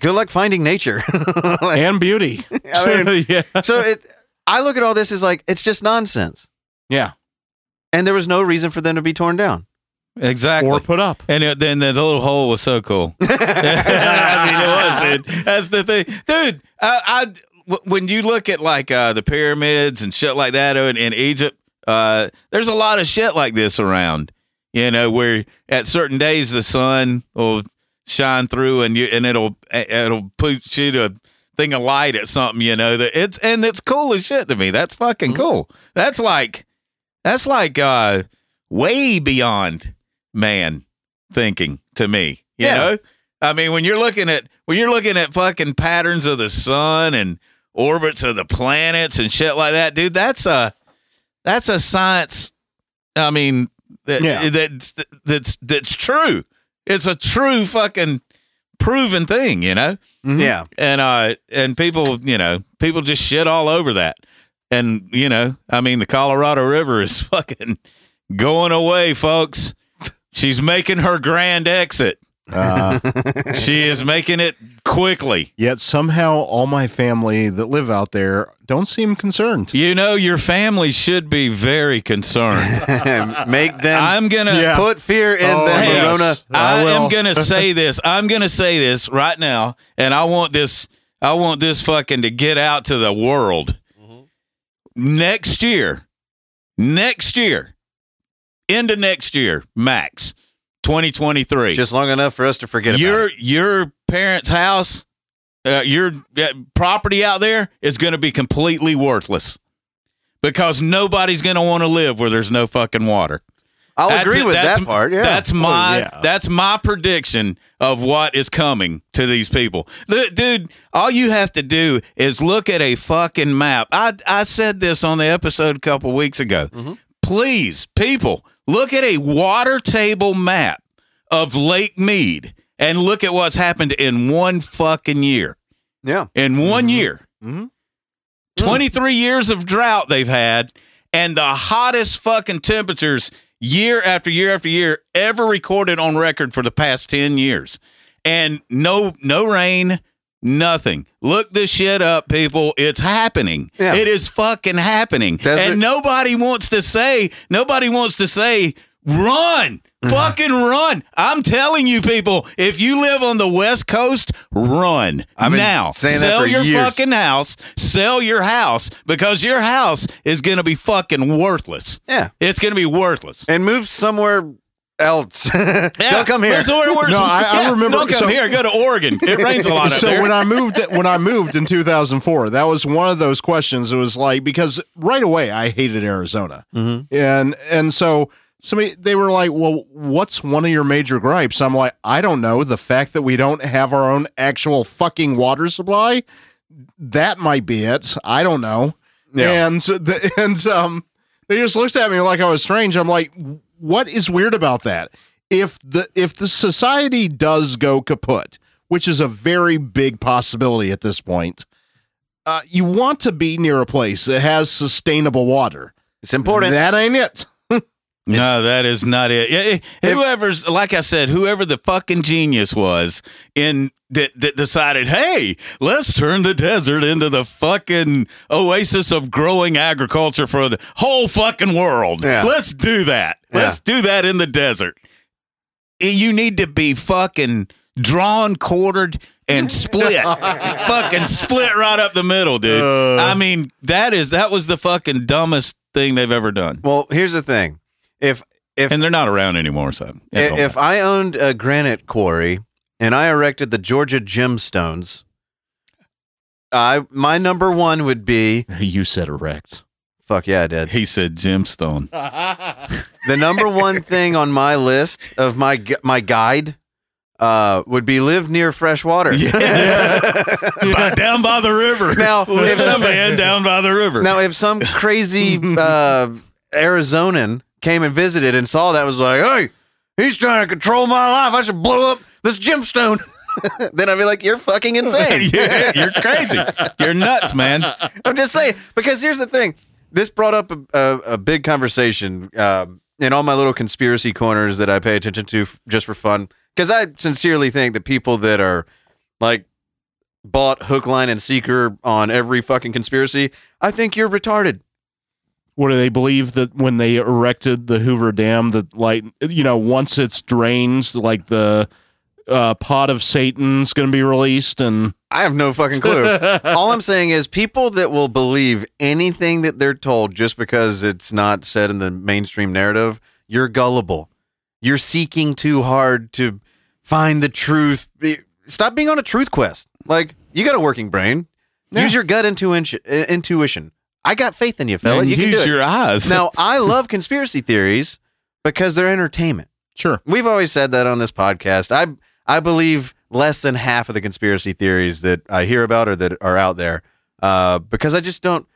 D: good luck finding nature. [laughs] Like,
E: [laughs] And beauty.
D: [laughs] I mean,
E: [laughs] yeah.
D: so it, I look at all this as like, it's just nonsense.
E: Yeah.
D: And there was no reason for them to be torn down. [laughs]
B: Exactly.
E: Or put up.
B: and it, then the little hole was so cool. [laughs] I mean, it was, dude. That's the thing, dude. I, I w- when you look at like uh, the pyramids and shit like that in, in Egypt, uh, there's a lot of shit like this around. You know, where at certain days the sun will shine through and you and it'll it'll push you to thing of light at something. You know that it's and it's cool as shit to me. That's fucking cool. That's like that's like uh, way beyond man thinking to me. You
D: Yeah.
B: know, I mean, when you're looking at when you're looking at fucking patterns of the sun and orbits of the planets and shit like that, dude, that's a that's a science. I mean, that,
C: Yeah.
B: that's that's that's true. It's a true fucking proven thing, you know.
D: Yeah.
B: And uh, and people, you know, people just shit all over that. And you know, I mean, the Colorado River is [laughs] fucking going away, folks. She's making her grand exit.
E: [laughs]
C: Uh,
B: She is making it quickly.
C: yet somehow all my family that live out there don't seem concerned.
B: You know, your family should be very
D: [laughs]
B: concerned.
D: Make them
B: I'm gonna
C: Yeah.
D: put fear in
C: Oh,
D: them,
B: yes.
D: Verona.
B: I,
C: I
B: am
C: will.
B: gonna say this. I'm gonna say this right now, and I want this. I want this fucking to get out to the world. Next year, next year, into next year, max, 2023.
D: Just long enough for us to forget about
B: your
D: it.
B: your parents' house, uh, your uh, property out there is going to be completely worthless because nobody's going to want to live where there's no fucking water.
D: I'll
B: That's
D: agree
B: it.
D: with
B: That's-
D: that part. Yeah.
B: That's my
C: yeah.
B: that's my prediction of what is coming to these people. Look, dude, all you have to do is look at a fucking map. I I said this on the episode a couple weeks ago.
D: Mm-hmm.
B: Please, people, look at a water table map of Lake Mead and look at what's happened in one fucking year
D: yeah.
B: in one year. 23 years of drought they've had, and the hottest fucking temperatures year after year after year ever recorded on record for the past 10 years. and no no rain, nothing. Look this shit up, people. It's happening.
D: Yeah.
B: It is fucking happening.
D: Desert-
B: and nobody wants to say nobody wants to say run. Fucking run. I'm telling you people, if you live on the West Coast, run.
D: I've been
B: now.
D: saying that
B: sell
D: for
B: your
D: years.
B: fucking house. Sell your house because your house is going to be fucking worthless.
D: Yeah.
B: It's going to be worthless.
D: And move somewhere else. [laughs] Don't come here.
B: That's where it works.
C: No, I- I remember-
B: Don't come
C: so-
B: here. Go to Oregon. It rains a lot
D: [laughs]
C: [laughs]
B: up
C: so
B: there.
C: when I moved when I moved in 2004, that was one of those questions. It was like because right away I hated Arizona,
B: Mm-hmm.
C: and and so somebody they were like, "Well, what's one of your major gripes?" I'm like, "I don't know. The fact that we don't have our own actual fucking water supply, that might be it. I don't know."
D: Yeah.
C: And so the, [laughs] and um, they just looked at me like I was strange. I'm like, "What is weird about that?" if the if the society does go kaput, which is a very big possibility at this point, uh, you want to be near a place that has sustainable water.
D: It's important.
C: That ain't it.
B: no, that is not it. Yeah, it- Whoever's, like I said, whoever the fucking genius was in that, that decided, hey, let's turn the desert into the fucking oasis of growing agriculture for the whole fucking world.
D: Yeah.
B: Let's do that. Let's do that in the desert. Eh, You need to be fucking drawn, quartered, and [laughs] split. fucking split right up the middle, dude. I mean, that is that was the fucking dumbest thing they've ever done.
D: well, here's the thing. If if
B: And they're not around anymore, so yeah,
D: I-
B: don't
D: if I owned a granite quarry and I erected the Georgia gemstones, I my number one would be
E: [laughs] You said erect.
D: fuck yeah, I did.
B: he said gemstone.
D: The number one thing on my list of my gu- my guide uh, would be live near fresh water. [laughs]
B: By- down by the river. [laughs]
D: Now,
B: Live
D: if some-
B: man down by the river.
D: Now, if some crazy uh, Arizonan came and visited and saw that, was like, hey, he's trying to control my life. I should blow up this gemstone. [laughs] then I'd be like, you're fucking insane.
B: [laughs] Yeah, you're crazy. You're nuts, man.
D: [laughs] I'm just saying because here's the thing. This brought up a, a, a big conversation um, in all my little conspiracy corners that I pay attention to f- just for fun. Because I sincerely think that people that are like bought hook, line, and seeker on every fucking conspiracy, I think you're retarded.
E: What do they believe that when they erected the Hoover Dam, that like you know, once it's drains, like the uh, pot of Satan's going to be released, and
D: I have no fucking clue. all I'm saying is people that will believe anything that they're told just because it's not said in the mainstream narrative, you're gullible. You're seeking too hard to find the truth. Be- Stop being on a truth quest. Like you got a working brain. Use your gut intuition. uh, Intuition. I got faith in you, fella.
B: And
D: you can do
B: use
D: it.
B: your eyes.
D: now I love conspiracy theories because they're entertainment.
C: Sure.
D: We've always said that on this podcast. I I believe less than half of the conspiracy theories that I hear about or that are out there uh, because I just don't.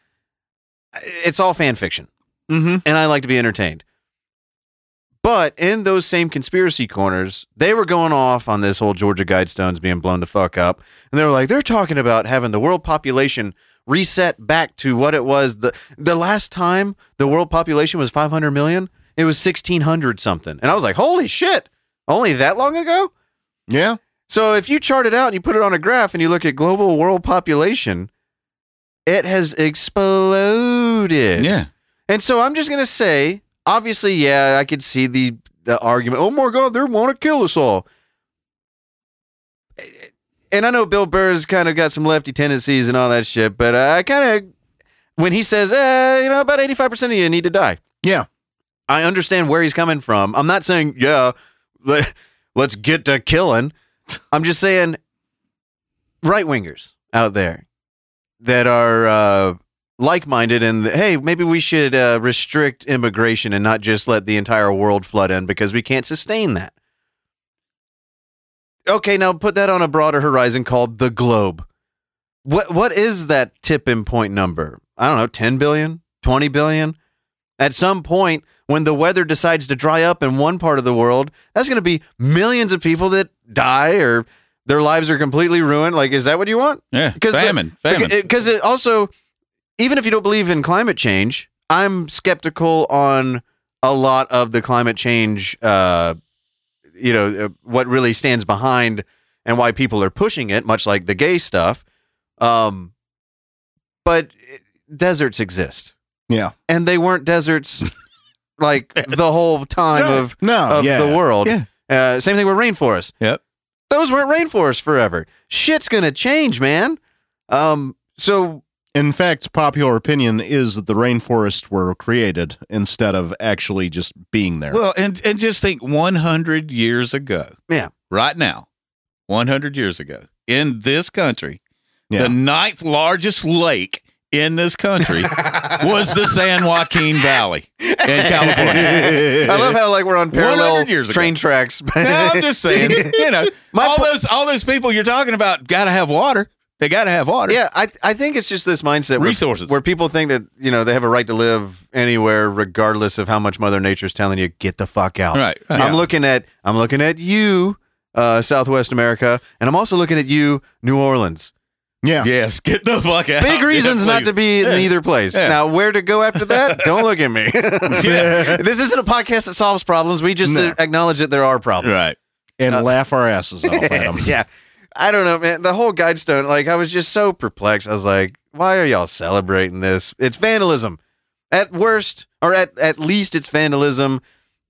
D: It's all fan fiction,
C: Mm-hmm.
D: and I like to be entertained. But in those same conspiracy corners, they were going off on this whole Georgia Guidestones being blown the fuck up, and they were like, they're talking about having the world population reset back to what it was the the last time the world population was 500 million. It was 1600 something, and I was like, holy shit, only that long ago.
C: Yeah.
D: So if you chart it out and you put it on a graph and you look at global world population, it has exploded.
B: yeah.
D: And so I'm just gonna say, obviously, yeah, I could see the the argument. Oh my God, they want to kill us all. And I know Bill Burr's kind of got some lefty tendencies and all that shit, but I kind of, when he says, eh, you know, about 85% of you need to die.
C: Yeah.
D: I understand where he's coming from. I'm not saying, yeah, le- let's get to killing. I'm just saying, right wingers out there that are uh, like minded and hey, maybe we should uh, restrict immigration and not just let the entire world flood in because we can't sustain that. Okay, now put that on a broader horizon called the globe. What what is that tipping point number? I don't know, 10 billion, 20 billion. At some point when the weather decides to dry up in one part of the world, that's going to be millions of people that die or their lives are completely ruined. Like is that what you want?
B: Yeah.
D: 'Cause the-
B: Famine. famine.
D: because it also even if you don't believe in climate change i'm skeptical on a lot of the climate change uh you know uh, what really stands behind and why people are pushing it, much like the gay stuff. Um, but deserts exist.
C: Yeah.
D: And they weren't deserts like the whole time
A: Right.
D: of,
C: No,
B: Oh,
D: of
A: yeah.
D: the world.
A: Yeah.
D: Uh, same thing with rainforests.
A: Yep.
D: Those weren't rainforests forever. Shit's going to change, man. Um, so [laughs]
C: In fact, popular opinion is that the rainforests were created instead of actually just being there.
B: Well, and and just think 100 years ago.
D: Yeah.
B: Right now, 100 years ago, in this country,
C: Yeah.
B: the ninth largest lake in this country
D: [laughs]
B: was the San Joaquin Valley in California.
D: I love how like we're on
B: 100
D: parallel
B: years ago. [laughs]
D: train tracks.
B: Now, I'm just saying, you know,
D: My
B: all
D: po-
B: those all those people you're talking about got to have water. They got to have water.
D: [laughs] yeah, I I think it's just this mindset where-
B: Resources.
D: where people think that you know they have a right to live anywhere, regardless of how much Mother Nature's telling you get the fuck out.
B: Right. right.
D: I'm looking at I'm looking at you, uh, Southwest America, and I'm also looking at you, New Orleans.
C: yeah.
B: Yes, get the fuck out.
D: Big
B: Yeah,
D: reasons not to be in
B: Yeah.
D: either place.
B: Yeah.
D: Now, where to go after that? Don't look at me. [laughs]
B: please. [laughs] Yeah.
D: this isn't a podcast that solves problems. We just uh, acknowledge that there are problems.
B: right.
D: uh,
C: And laugh our asses
D: [laughs]
C: off at them.
D: yeah. I don't know, man. The whole guidestone, like, I was just so perplexed. I was like, why are y'all celebrating this? It's vandalism. At worst, or at, at least, it's vandalism.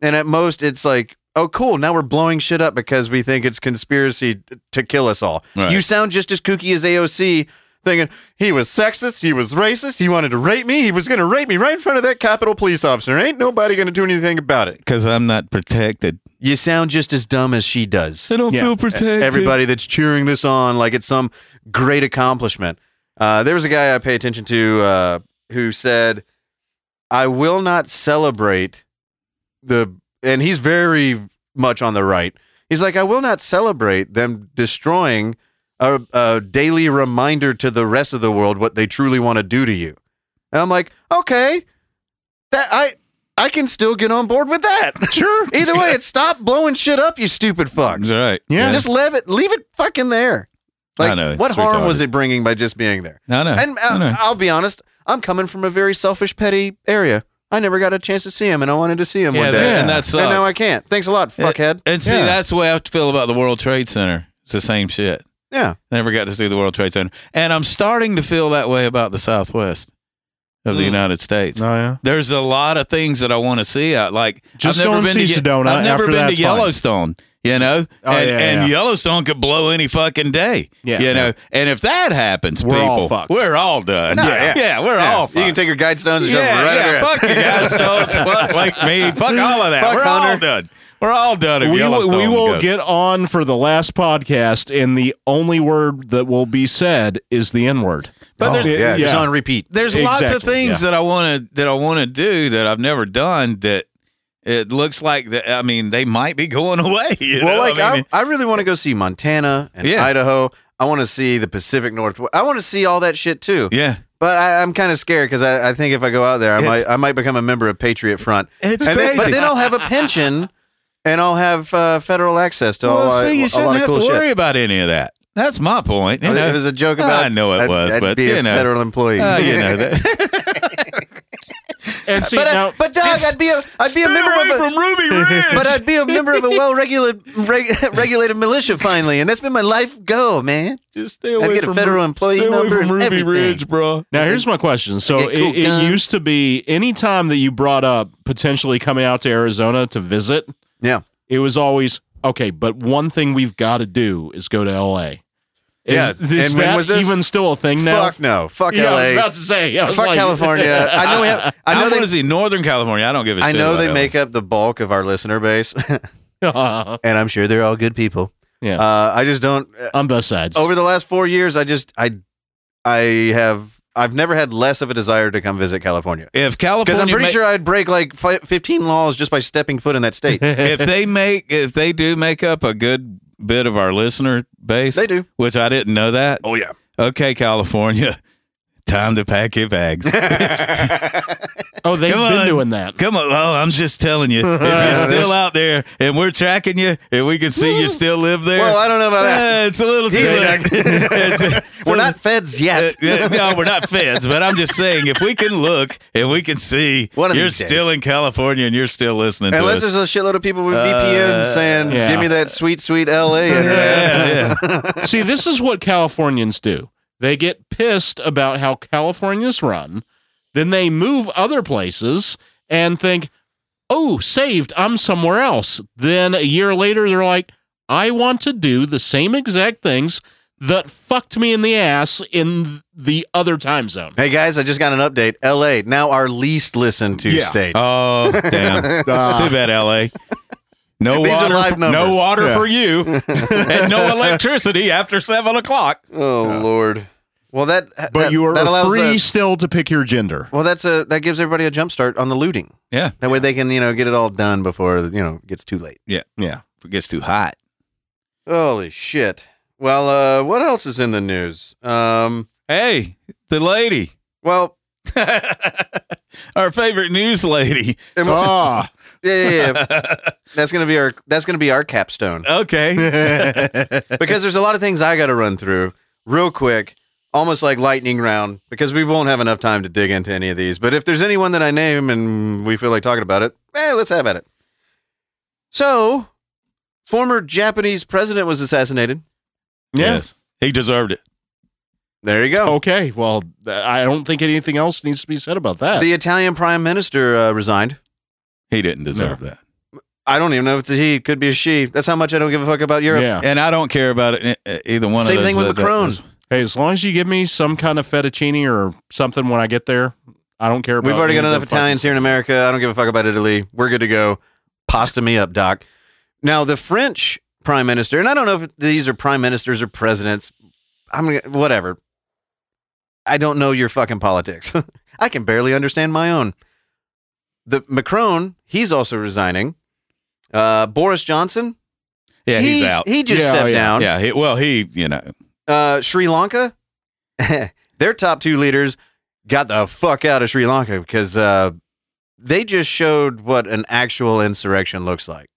D: And at most, it's like, oh, cool. Now we're blowing shit up because we think it's conspiracy t- to kill us all.
B: Right.
D: You sound just as kooky as AOC, thinking he was sexist, he was racist, he wanted to rape me, he was going to rape me right in front of that Capitol police officer. Ain't nobody going to do anything about it.
B: Because I'm not protected.
D: You sound just as dumb as she does
B: I don't
C: Yeah.
B: feel protected.
D: E-, everybody that's cheering this on like it's some great accomplishment. Uh, there was a guy I pay attention to uh, who said, "I will not celebrate the," and he's very much on the right. He's like, "I will not celebrate them destroying a, a daily reminder to the rest of the world what they truly want to do to you." And I'm like, "Okay, that I." I can still get on board with that. Sure. Either way, it's stop blowing shit up, you stupid fucks.
B: Right.
C: Yeah.
D: Just leave it, leave it fucking there.
B: I
D: Like,
B: know,
D: what
B: it's
D: harm was
B: retarded.
D: it bringing by just being there?
B: I know.
D: And
B: I know.
D: uh, I'll be honest, I'm coming from a very selfish, petty area. I never got a chance to see him, and I wanted to see him
B: yeah,
D: one day.
B: that, and that's
D: And now I can't. Thanks a lot, fuckhead.
B: And see,
C: Yeah.
B: that's the way I feel about the World Trade Center. It's the same shit.
D: yeah.
B: Never got to see the World Trade Center, and I'm starting to feel that way about the Southwest of the
D: Mm.
B: United States.
E: Oh yeah.
B: There's a lot of things that I want to see. I, like
E: Just
B: I've
E: go
B: never
E: and
B: been
E: see
B: to, Ye-
E: Sedona.
B: I've never
E: After
B: been
E: that's
B: to
E: fine.
B: Yellowstone. You know,
E: Oh,
B: and,
E: yeah,
B: and
E: yeah.
B: Yellowstone could blow any fucking day.
E: Yeah.
B: you know, and if that happens,
E: We're
B: people,
E: all fucked.
B: we're all done.
D: No,
B: yeah.
D: yeah.
B: we're
D: Yeah.
B: all fucked.
D: You can take your guide stones and shove
B: Oh, yeah,
D: them right
B: yeah,
D: under it. [laughs]
B: fuck you guys, [laughs] don't fuck like me, fuck all of that.
D: Fuck
B: we're all
D: Hunter.
B: done. We're all done. If
E: We will,
B: Yellowstone
E: we will
B: goes.
E: get on for the last podcast, and the only word that will be said is the N word.
B: But there's
D: Oh, Yeah,
E: Yeah.
D: just on repeat.
B: there's lots of
E: Exactly,
B: things that I want to that I want to do that I've never done that it looks like that I mean they might be going [laughs] away. you
D: well,
B: know?
D: like
B: I
D: I,
B: mean,
D: I, really want to go see Montana and
B: Yeah.
D: Idaho. I want to see the Pacific Northwest. I want to see all that shit too.
B: yeah,
D: But I, I'm kind of scared because I, I think if I go out there, I
B: It's-
D: might I might become a member of Patriot Front.
B: It's
D: And then- but
B: crazy.
D: then I'll have a pension, and I'll have uh, federal access to all
B: well,
D: a,
B: see, you
D: a lot
B: shouldn't
D: of
B: have
D: cool
B: to
D: shit.
B: worry about any of that. That's my point. You
D: I-
B: know,
D: it was a joke
B: I
D: about.
B: know it
D: I'd-
B: was,
D: I'd
B: but,
D: be
B: you
D: a
B: know.
D: federal
B: [laughs]
D: employee.
B: Uh, you know that.
E: And
D: [laughs]
E: see,
D: but
E: now,
D: I, but Doug, I'd be a I'd be a member of a,
B: from Ruby Ridge.
D: but I'd be a member
E: [laughs]
D: of a well regulated [laughs] regulated militia finally, and that's been my life goal, man.
B: just stay
D: I'd
B: away
D: get a
B: from
D: federal
B: Ru-
D: employee
B: stay away
D: number
B: from
D: and
B: Ruby
D: everything.
B: Ridge, bro.
E: now here's my question. So
D: Get cool
E: it, it
D: guns.
E: used to be any time that you brought up potentially coming out to Arizona to visit,
D: Yeah.
E: it was always okay. But one thing we've got to do is go to L.A. Is,
D: Yeah,
E: is
D: and when
E: that
D: was this?
E: even still a thing now?
D: Fuck no, fuck
E: yeah, I was
D: L.A.
E: about to say. I was
B: [laughs]
D: fuck
E: like- [laughs]
D: California. I know we have. I know
B: I
D: they.
B: want to see Northern California. I don't give a
D: I
B: shit.
D: know
B: about
D: they
B: LA.
D: make up the bulk of our listener base, [laughs] and I'm sure they're all good people.
E: yeah,
D: Uh, I just don't. uh,
E: on both sides. [laughs]
D: Over the last four years, I just I I have I've never had less of a desire to come visit California
B: if
D: because
B: California.
D: I'm pretty
B: ma-
D: sure [laughs] I'd break like fi- 15 laws just by stepping foot in that
E: [laughs]
D: state.
B: if they make if they do make up a good bit of our listener base
D: They do.
B: which i didn't know that
D: oh yeah,
B: okay california [laughs] Time to pack your
D: [laughs]
B: bags.
E: Oh, they've
B: Come
E: been
B: on.
E: doing that.
B: Come on. Oh, I'm just telling you. If you're
E: Yeah,
D: [laughs]
E: there's-
B: still out there and we're tracking you and we can see you still live there.
D: Well, I don't know about
B: [laughs]
D: that.
B: Eh, it's a little too
D: Easy,
B: late. [laughs] It's
D: [laughs]
B: a- it's
D: We're
B: a-
D: not feds
B: uh, [laughs]
D: yet.
B: uh, no, we're not feds, but I'm just saying if we can look and we can see
D: One of
B: you're
D: these days.
B: still in California and you're still listening
D: [laughs] Unless
B: to us.
D: there's a shitload of people with
B: Uh,
D: VPNs saying,
E: yeah.
D: "Give me that sweet, sweet LA internet."
B: yeah, yeah.
E: See, this is what Californians do. They get pissed about how California's run, then they move other places and think, "Oh, saved, I'm somewhere else." Then a year later they're like, "I want to do the same exact things that fucked me in the ass in the other time zone."
D: Hey guys, I just got an update. LA now our least listened to
C: Yeah.
D: state.
B: Oh, damn.
D: [laughs]
B: Too bad, LA. No
D: These are
B: water,
D: live
B: f-
D: numbers.
B: no water
D: Yeah.
B: for
D: [laughs]
B: you, and no electricity after seven o'clock.
D: Oh lord. Well, that
C: But
D: that,
C: you are
D: that allows
C: free
D: a-
C: still to pick your gender.
D: well, that's a that gives everybody a jump start on the looting.
B: Yeah,
D: That way they can you know get it all done before you know it gets too late. [laughs]
C: Yeah.
B: if it gets too hot.
D: Holy shit. Well, uh, what else is in the news? Um,
B: Hey, the lady, [laughs]
D: well,
B: our favorite news lady.
D: Oh.
C: Ah,
D: yeah, yeah, yeah. [laughs] that's gonna be our that's gonna be our capstone [laughs]
B: Okay,
D: because there's a lot of things I got to run through real quick, almost like lightning round because we won't have enough time to dig into any of these. But if there's anyone that I name and we feel like talking about it, eh, let's have at it. So, former Japanese president was assassinated.
B: yes, he deserved it.
D: There you go.
B: Oh,
E: Okay, well, th- I don't think anything else needs to be said about that.
D: The Italian prime minister uh, resigned.
B: He didn't deserve that.
D: I don't even know if it's a he. Could be a she. That's how much I don't give a fuck about Europe.
E: yeah.
B: And I don't care about it, e- either one
D: Same
B: of those.
D: thing with
B: that- that
D: Macron.
B: was-
E: Hey, as long as you give me some kind of fettuccine or something when I get there, I don't care about
D: We've already
E: any
D: got
E: of
D: enough
E: the fucking-
D: Italians here in America. I don't give a fuck about Italy. We're good to go. Pasta me up, Doc. Now the French prime minister, and I don't know if these are prime ministers or presidents. I'm gonna- whatever. I don't know your fucking politics. [laughs] I can barely understand my own. The Macron, he's also resigning. Uh, Boris Johnson,
B: Yeah,
D: he-
B: he's out.
D: He just
E: Yeah, oh,
D: stepped
E: yeah.
D: down.
B: yeah, he, well, he, you know,
D: Uh, Sri Lanka, [laughs] their top two leaders got the fuck out of Sri Lanka because uh, they just showed what an actual insurrection looks like.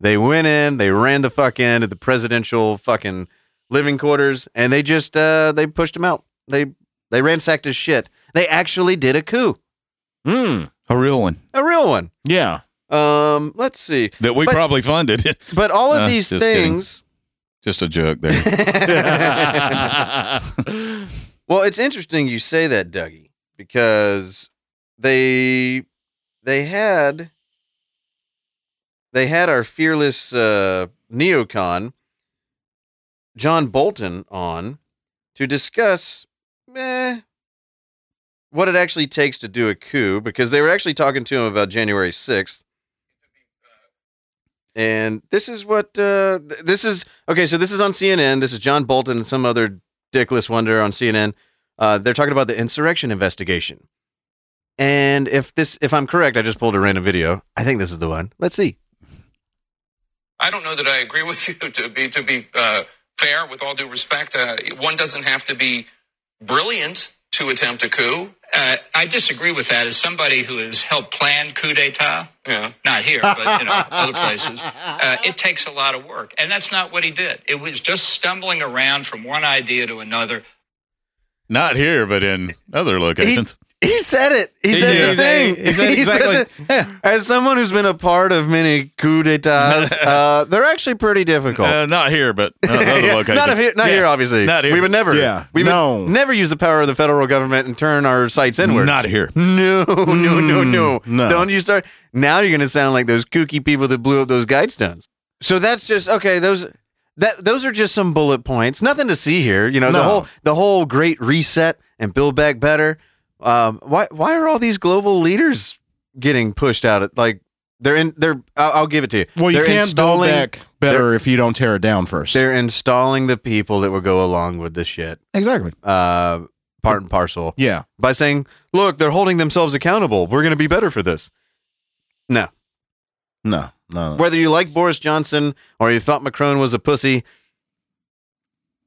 D: They went in, they ran the fuck into the presidential fucking living quarters, and they just uh, they pushed him out. They they ransacked his shit. They actually did a coup,
E: [laughs] Mm,
B: a real one
D: a real one.
E: yeah.
D: [laughs] Um, let's see.
B: that we
D: But-
B: probably funded. [laughs]
D: But all of
B: Uh,
D: these
B: just kidding.
D: things.
B: just a joke there.
D: [laughs]
B: [laughs]
D: Well, it's interesting you say that, Dougie, because they they had they had our fearless uh, neocon John Bolton on to discuss eh, what it actually takes to do a coup, because they were actually talking to him about January sixth. And this is what uh, th- this is. Okay, so this is on CNN. This is John Bolton and some other Dickless Wonder on CNN. Uh, they're talking about the insurrection investigation. And if this, if I'm correct, I just pulled a random video. I think this is the one. Let's see.
I: I don't know that I agree with [laughs] you. To be to be uh, fair, with all due respect, uh, one doesn't have to be brilliant to attempt a coup.
K: Uh, I disagree with that as somebody who has helped plan coup d'etat,
I: Yeah.
K: not here, but you know, other places. Uh, it takes a lot of work. And that's not what he did. It was just stumbling around from one idea to another.
B: Not here, but in other locations.
D: He said it. He said the
B: did.
D: thing.
B: He
D: [laughs]
B: said exactly.
D: the- As someone who's been a part of many
B: [laughs]
D: coup d'etats, uh, they're actually pretty difficult.
B: Uh, [laughs] not here,
D: [laughs]
B: but uh, other
D: Yeah,
B: locations.
D: not if here, not
B: Yeah.
D: here, obviously.
B: Not here.
D: We would never.
C: Yeah.
D: We would
E: No.
D: never use the power of the federal government and turn our sights inwards.
B: Not here.
D: [laughs] No, no, no, no.
E: Mm,
C: no.
D: Don't you start. Now you're going to sound like those kooky people that blew up those guidestones. So that's just okay. Those that those are just some bullet points. Nothing to see here. You know the
C: No.
D: whole the whole great reset and build back better. Um, why why are all these global leaders getting pushed out? At, like they're in. They're. I'll, I'll give it to you.
E: Well, you
D: they're
E: can't build
D: installing-
E: back better if you don't tear it down 1st
D: They're installing the people that will go along with the shit,
E: exactly.
D: uh, part and parcel,
E: Yeah.
D: by saying, "Look, they're holding themselves accountable. We're going to be better for this."
C: no, no.
D: Whether you like Boris Johnson or you thought Macron was a pussy,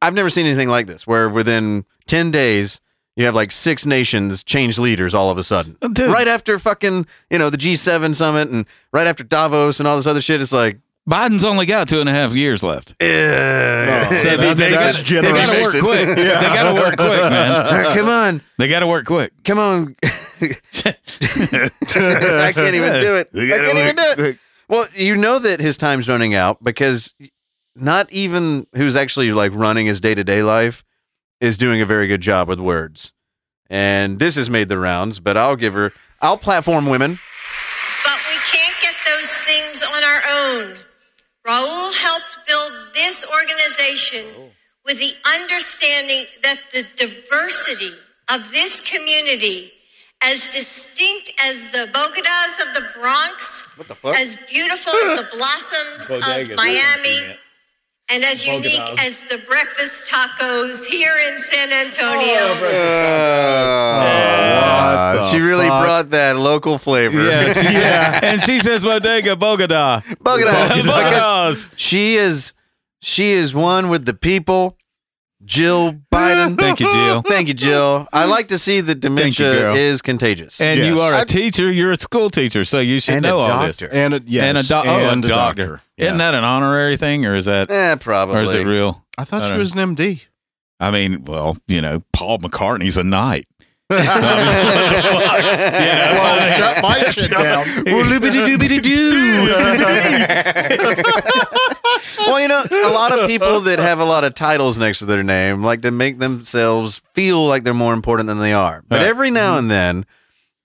D: I've never seen anything like this. Where within ten days You have like six nations change leaders all of a sudden,
B: Dude.
D: right after fucking you know the G7 summit and right after Davos and all this other shit. It's like,
B: Biden's only got two and a half years left.
D: [laughs] eh.
B: So
D: If
B: they-
D: he
B: they
D: makes
B: gotta-
D: it-
B: they
D: if
B: gotta
D: he
B: work
D: makes it.
B: quick.
D: [laughs]
B: They gotta work quick, man.
D: Come on,
B: They gotta work
D: [laughs]
B: quick.
D: come on. I
C: [laughs]
D: can't even do
B: [laughs]
D: it. I can't even do it. Well, you know that his time's running out because not even who's actually like running his day to day life is doing a very good job with words. And this has made the rounds, but I'll give her, I'll platform women.
L: But we can't get those things on our own. Raul helped build this organization
D: Oh.
L: with the understanding that the diversity of this community, as distinct as the Bogotas of the Bronx,
D: What the fuck?
L: as beautiful as
D: [laughs]
L: the blossoms of Miami, and as unique as the breakfast tacos here in San Antonio.
D: Uh,
C: What the
D: she really
C: fuck?
D: brought that local flavor.
B: Yeah, she yeah. and she says bodega Bogota.
D: [laughs] Bug it out. Because
B: Bogotas.
D: She is, she is one with the people. Jill Biden.
B: Thank you, Jill.
D: [laughs] Thank you, Jill. I like to see that dementia
B: girl.
D: is contagious.
B: And you
C: Yes.
B: are a
C: I-
B: teacher. You're a school teacher, so you should
D: And
B: know
D: a
B: all this.
D: doctor.
C: And a, yes,
B: and a, doc- oh, a doctor. Isn't that an honorary thing, or is that
D: Eh, probably.
B: or is
D: [laughs]
B: it real?
C: I thought
B: I
C: she
B: don't-
C: was an MD.
B: I mean, well, you know, Paul McCartney's a knight. [laughs] Yeah.
C: Well, shut
E: [laughs]
C: my shit down.
D: [laughs] well, you know, a lot of people that have a lot of titles next to their name like to make themselves feel like they're more important than they are. But
B: Right.
D: every now and then,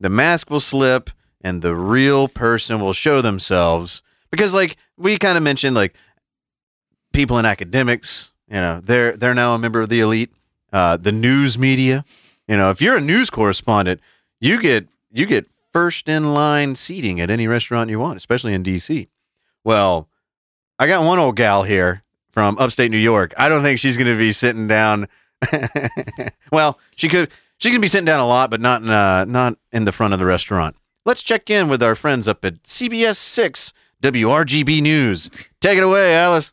D: the mask will slip and the real person will show themselves. Because, like, we kind of mentioned, like, people in academics, you know, they're they're now a member of the elite. Uh, the news media, you know, if you're a news correspondent, you get you get first in line seating at any restaurant you want, especially in D.C. Well, I got one old gal here from upstate New York. I don't think she's going to be sitting down. [laughs] well, she could. She's going to be sitting down a lot, but not in, uh, not in the front of the restaurant. Let's check in with our friends up at CBS Six WRGB News. Take it away, Alice.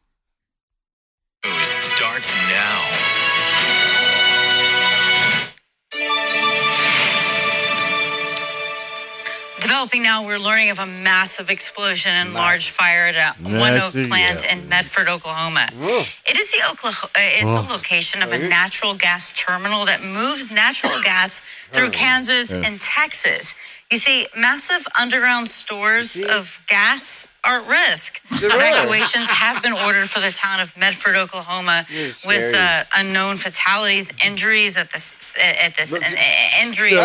I: Starts now.
H: Developing now, we're learning of a massive explosion and large fire at a One Oak plant in Medford, Oklahoma. It is the Oklahoma, uh, it's the location of a natural gas terminal that moves natural gas through Kansas and Texas. You see, massive underground stores of gas are at risk. Evacuations have been ordered for the town of Medford, Oklahoma, with uh, unknown fatalities, injuries at this, at this, and, uh, injuries.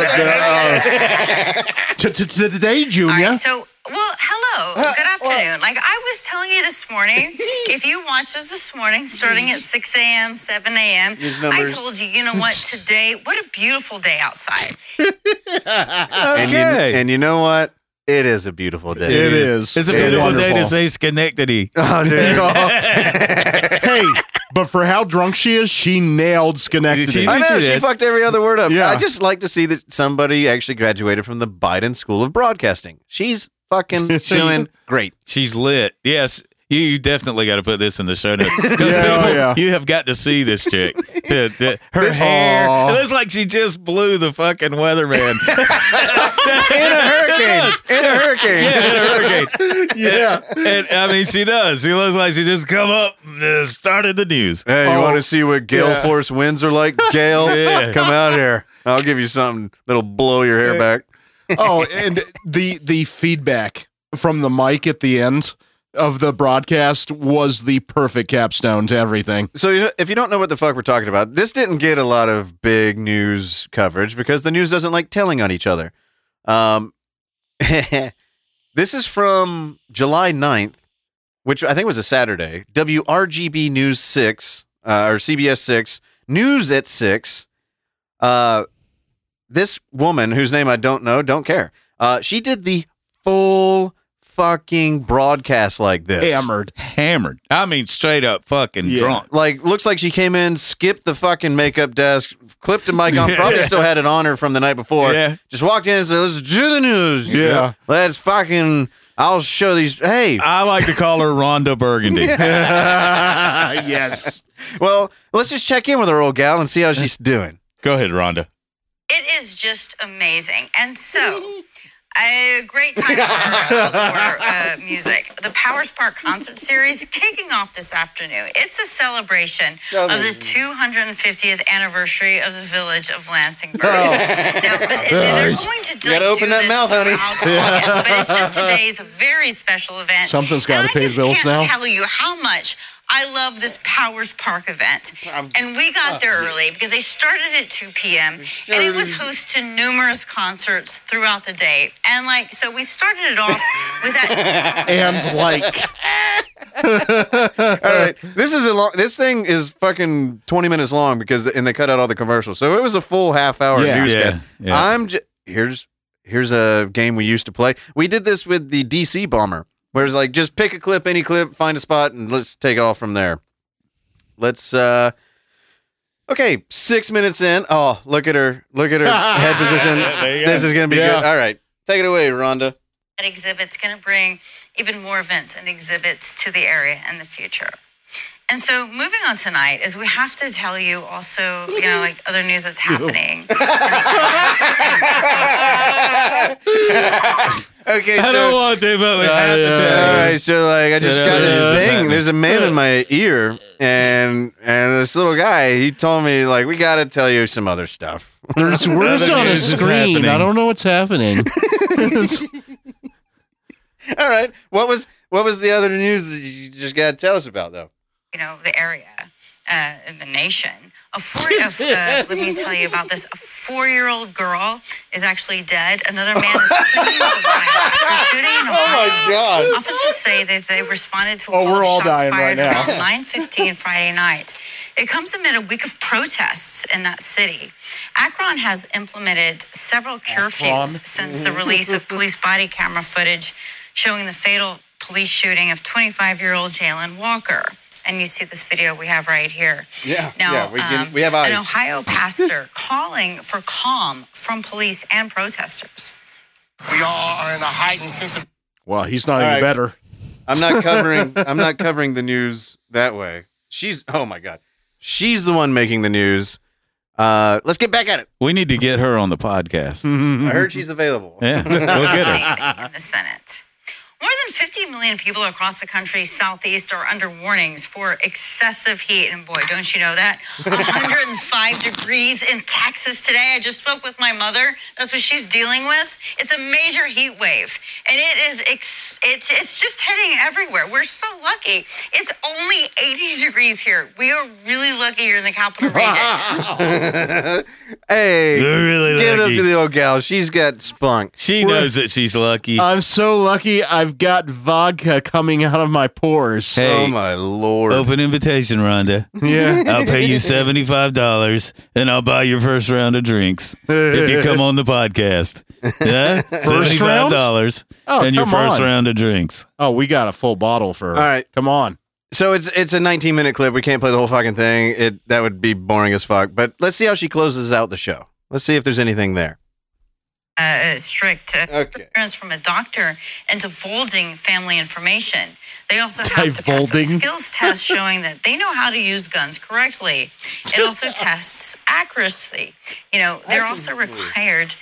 H: [laughs]
C: Today,
H: All
C: Junior.
H: right, so, well, hello. Good afternoon. Like I was telling you this morning, if you watched us this morning, starting at 6 a.m., 7 a.m., I told you, you know what, today, what a beautiful day outside.
D: And you, and you know what? It is a beautiful day.
C: It is.
B: It's a
D: It is
B: beautiful day to
D: wonderful.
B: say Schenectady.
D: Oh, dude.
C: [laughs] hey, but for how drunk she is, she nailed Schenectady.
B: She-
D: I know
B: she
D: she
B: did.
D: fucked every other word up.
C: Yeah.
D: I just like to see that somebody actually graduated from the Biden School of Broadcasting. She's fucking doing great.
B: She's lit. Yes. You, you definitely got to put this in the show [laughs] notes because
C: Yeah, oh,
B: people,
C: yeah.
B: you have got to see this [laughs] chick. The- the- her hair,
C: Aw.
B: it looks like she just blew the fucking [laughs] weatherman.
D: In a hurricane. In a hurricane.
B: yeah, in a hurricane.
C: yeah.
B: And, I mean, she does. She looks like she just come up, and uh, started the news.
D: Hey, you
C: Oh.
D: want to see what gale
C: Yeah.
D: force winds are like? Gale,
B: Yeah.
D: come out here. I'll give you something that'll blow your hair back.
C: [laughs] oh, and the the feedback from the mic at the end of the broadcast was the perfect capstone to
E: [laughs]
C: everything.
D: So you- if you don't know what the fuck we're talking about, this didn't get a lot of big news coverage because the news doesn't like telling on each other. Um, [laughs] this is from July 9th, which I think was a Saturday. WRGB News 6 uh, or CBS 6 News at 6. Uh, this woman whose name I don't know, don't care. Uh, she did the full fucking broadcast like this.
C: Hammered.
B: Hammered. I mean, straight up fucking
C: Yeah.
B: drunk.
D: Like, looks like she came in, skipped the fucking makeup desk, clipped the mic
B: [laughs]
D: on, probably still had it on her from the night before.
B: Yeah.
D: Just walked in and said, let's do the news.
C: Yeah.
D: Let's fucking, I'll show these. Hey,
B: I like to call her Rhonda [laughs] Burgundy.
C: yes.
D: well, let's just check in with our old gal and see how she's doing.
B: Go ahead, Rhonda.
M: It is just amazing. And
D: [laughs]
M: so, a great time for outdoor uh, music. The Power Spark Concert Series kicking off this afternoon. It's a celebration of the 250th anniversary of the village of Lansingburg. Now, but it- they're going to
D: Oh. you gotta open that mouth, honey.
M: August, but
D: [laughs]
M: it's just today's very special event.
E: Something's gotta
M: And I
E: pay the
M: just
E: bills
M: can't
E: now.
M: Tell you how much I love this Powers Park event, and we got there early because they started at 2 p.m. and it was host to numerous concerts throughout the day, and like so we started it off with that.
E: and like.
D: all right, this is a long. This thing is fucking twenty minutes long because and they cut out all the commercials, so it was a full half hour
B: Yeah.
D: newscast.
B: Yeah, yeah.
D: I'm j- here's here's a game we used to play. We did this with the DC bomber, where it's like just pick a clip, any clip, find a spot, and let's take it all from there. Let's uh. Okay, six minutes in. Oh, look at her!
B: [laughs]
D: Look at her head position.
E: There you go.
D: This is gonna be
E: Yeah.
D: good. All right, take it away, Rhonda.
M: That exhibit's going to bring even more events and exhibits to the area in the future. And so, moving on tonight is we have to tell you also, you know, like other news that's happening.
D: Okay,
B: I
D: so-
B: don't want to, but we have to tell
D: All
B: you.
D: right, so like I just
B: Yeah,
D: got
B: yeah,
D: this
B: yeah.
D: thing. There's a man in my ear, and and this little guy, he told me like we got to tell you some other stuff. [laughs]
E: There's words
D: Other
E: on a
D: news is
E: screen. I
D: happening.
E: don't know what's happening.
D: All right, what was what was the other news that you just got to tell us about though?
M: you know, the area, uh, in the nation. A four, a f- uh, let me tell you about this. A four-year-old girl is actually dead. Another man is [laughs] clinging to life after shooting in Ohio.
D: Oh, my God.
M: Officers say that they responded to a
E: Oh,
M: call
E: we're
M: of
E: all
M: shots
E: dying
M: fired
E: right now.
M: around 9:15 Friday night. It comes amid a week of protests in that city. Akron has implemented several curfews
E: Akron.
M: since the release of police body camera footage showing the fatal police shooting of 25-year-old Jalen Walker. And you see this video we have right here.
D: Yeah,
M: Now,
D: yeah, we can-
M: um,
D: we have
M: an
D: eyes.
M: Ohio pastor calling for calm from police and protesters.
N: We all are in a heightened sense of
E: Well, he's
D: All
E: not even
D: right.
E: better.
B: [laughs]
D: I'm not covering. I'm not covering the news that way. She's oh my god, she's the one making the news. Uh, let's get back at it.
B: We need to get her on the podcast.
E: Mm-hmm.
D: I heard she's available.
B: Mm-hmm. Yeah, go get
E: [laughs]
B: her.
M: Amazing in the Senate. More than 50 million people across the country's southeast are under warnings for excessive heat. And boy, don't you know that? 105 degrees in Texas today. I just spoke with my mother. That's what she's dealing with. It's a major heat wave. And it is, ex- it's, it's just heading everywhere. We're so lucky. It's only 80 degrees here. We are really lucky here in the capital region.
D: hey,
B: You're really
D: give it up
B: lucky.
D: to the old gal. She's got spunk.
B: She knows that she's lucky.
E: I'm so lucky I've got vodka coming out of my pores.
B: Hey.
D: oh my lord.
B: Open invitation, Rhonda.
E: Yeah.
B: I'll pay you seventy-five dollars, and I'll buy your first round of drinks if you come on the podcast. Yeah,
E: [laughs] First round?
B: dollars,
E: Oh,
B: and your
E: come
B: first
E: on.
B: round of drinks.
E: Oh, we got a full bottle for her.
D: All right.
E: Come on.
D: So it's it's a 19 minute clip. We can't play the whole fucking thing. It that would be boring as fuck. But let's see how she closes out the show. Let's see if there's anything there.
M: uh, strict uh,
D: Okay.
M: clearance from a doctor and divulging family information. They also have to pass a
E: Divulging?
M: skills
D: [laughs]
M: test showing that they know how to use guns correctly. It also tests accuracy. You know, they're also required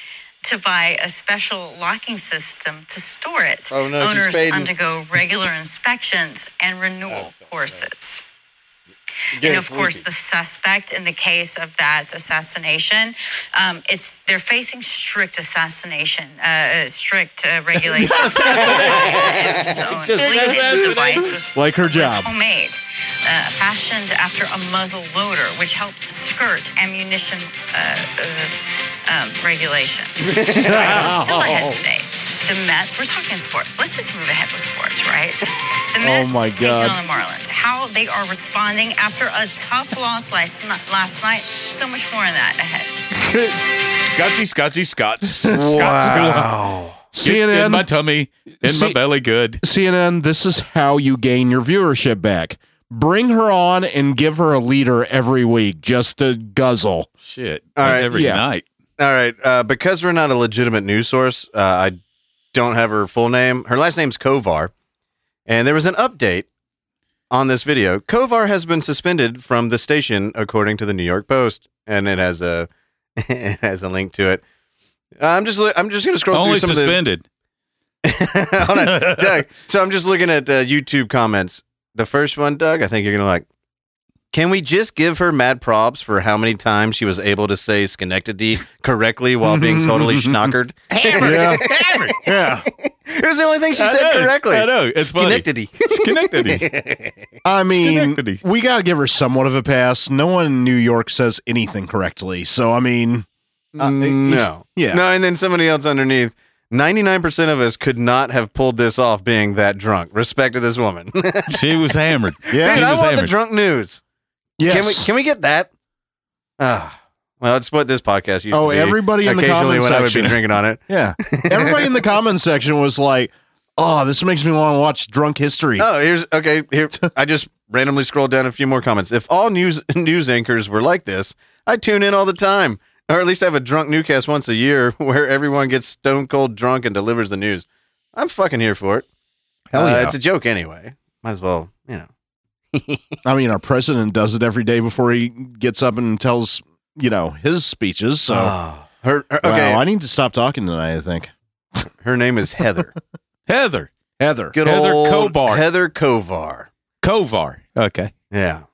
M: to buy a special locking system to store it.
D: Oh, no, she's
M: Owners
D: fading.
M: undergo regular inspections and
D: Oh,
M: renewal courses.
D: Getting
M: and of course,
D: sleepy.
M: the suspect in the case of that assassination, um, it's they're facing strict assassination, uh, uh, strict uh, regulations.
D: [laughs]
M: His own blazing device was-
E: Like her
M: was
E: job.
M: homemade, uh, fashioned after a muzzle loader, which helped skirt ammunition uh, uh, um,
E: [laughs]
M: regulations. Price is still ahead
E: Oh.
M: today. The Mets, we're talking sports. Let's just move ahead with sports, right? The
E: Oh,
M: Mets
E: my
M: taking
E: God.
M: on the Marlins. How they are responding after a tough loss last, ni- last night. So much more on that ahead.
B: Scotchy, Scotchy, Scots.
E: [laughs]
D: Wow.
E: CNN.
B: in my tummy, in
E: See-
B: my belly, good.
E: CNN, this is how you gain your viewership back. Bring her on and give her a leader every week just to guzzle.
B: Shit,
D: All right,
B: every
E: yeah.
B: night.
D: All right. Uh, because we're not a legitimate news source, uh, I don't have her full name. Her last name's Kovar. And there was an update on this video. Kovar has been suspended from the station, according to the New York Post. And it has a [laughs] it has a link to it. Uh, I'm just li- I'm just gonna scroll
B: Only
D: through some of the-
B: suspended.
D: [laughs]
B: [laughs]
D: Hold on, Doug. So I'm just looking at uh, YouTube comments. The first one, Doug, I think you're gonna like. Can we just give her mad props for how many times she was able to say Schenectady correctly while being
B: [laughs]
D: totally schnockered?
E: Yeah.
C: yeah.
D: It was the only thing she
B: I
D: said
B: know,
D: correctly.
B: I know. It's funny.
D: Schenectady. [laughs]
B: Schenectady.
C: I mean,
B: Schenectady.
C: we got to give her somewhat of a pass. No one in New York says anything correctly. So, I mean, uh,
D: No.
C: Yeah.
D: No, and then somebody else underneath. 99% of us could not have pulled this off being that drunk. Respect to this woman. [laughs] Dude,
B: she was hammered.
D: [laughs]
C: Yeah.
B: she
D: I
B: was
D: want the
B: hammered.
D: drunk news. Can we
C: Yes.
E: [laughs]
D: can we get that? Ah. well, it's what this podcast used
C: Oh,
D: to be.
C: everybody in the
D: Occasionally
C: comment
D: when I would be
C: section.
D: drinking
C: [laughs]
D: on it.
C: yeah. Everybody in the comments section was like, oh, this makes me want to watch Drunk History.
D: Oh, here's okay. Here I just randomly scrolled down a few more comments. If all news [laughs] news anchors were like this, I'd tune in all the time, or at least have a drunk newscast once a year [laughs] where everyone gets stone cold drunk and delivers the news. I'm fucking here for it. Uh,
C: Hell yeah.
D: it's a joke anyway. Might as well, you know.
C: I mean, our president does it every day before he gets up and tells, you know, his speeches. So,
D: Oh, her, her- okay.
C: wow, I need to stop talking tonight, I think.
D: her name is Heather.
B: Heather.
C: [laughs] Heather.
D: Good
B: Heather
D: old
B: Kovar.
D: Heather Kovar.
B: Kovar. Okay.
D: Yeah.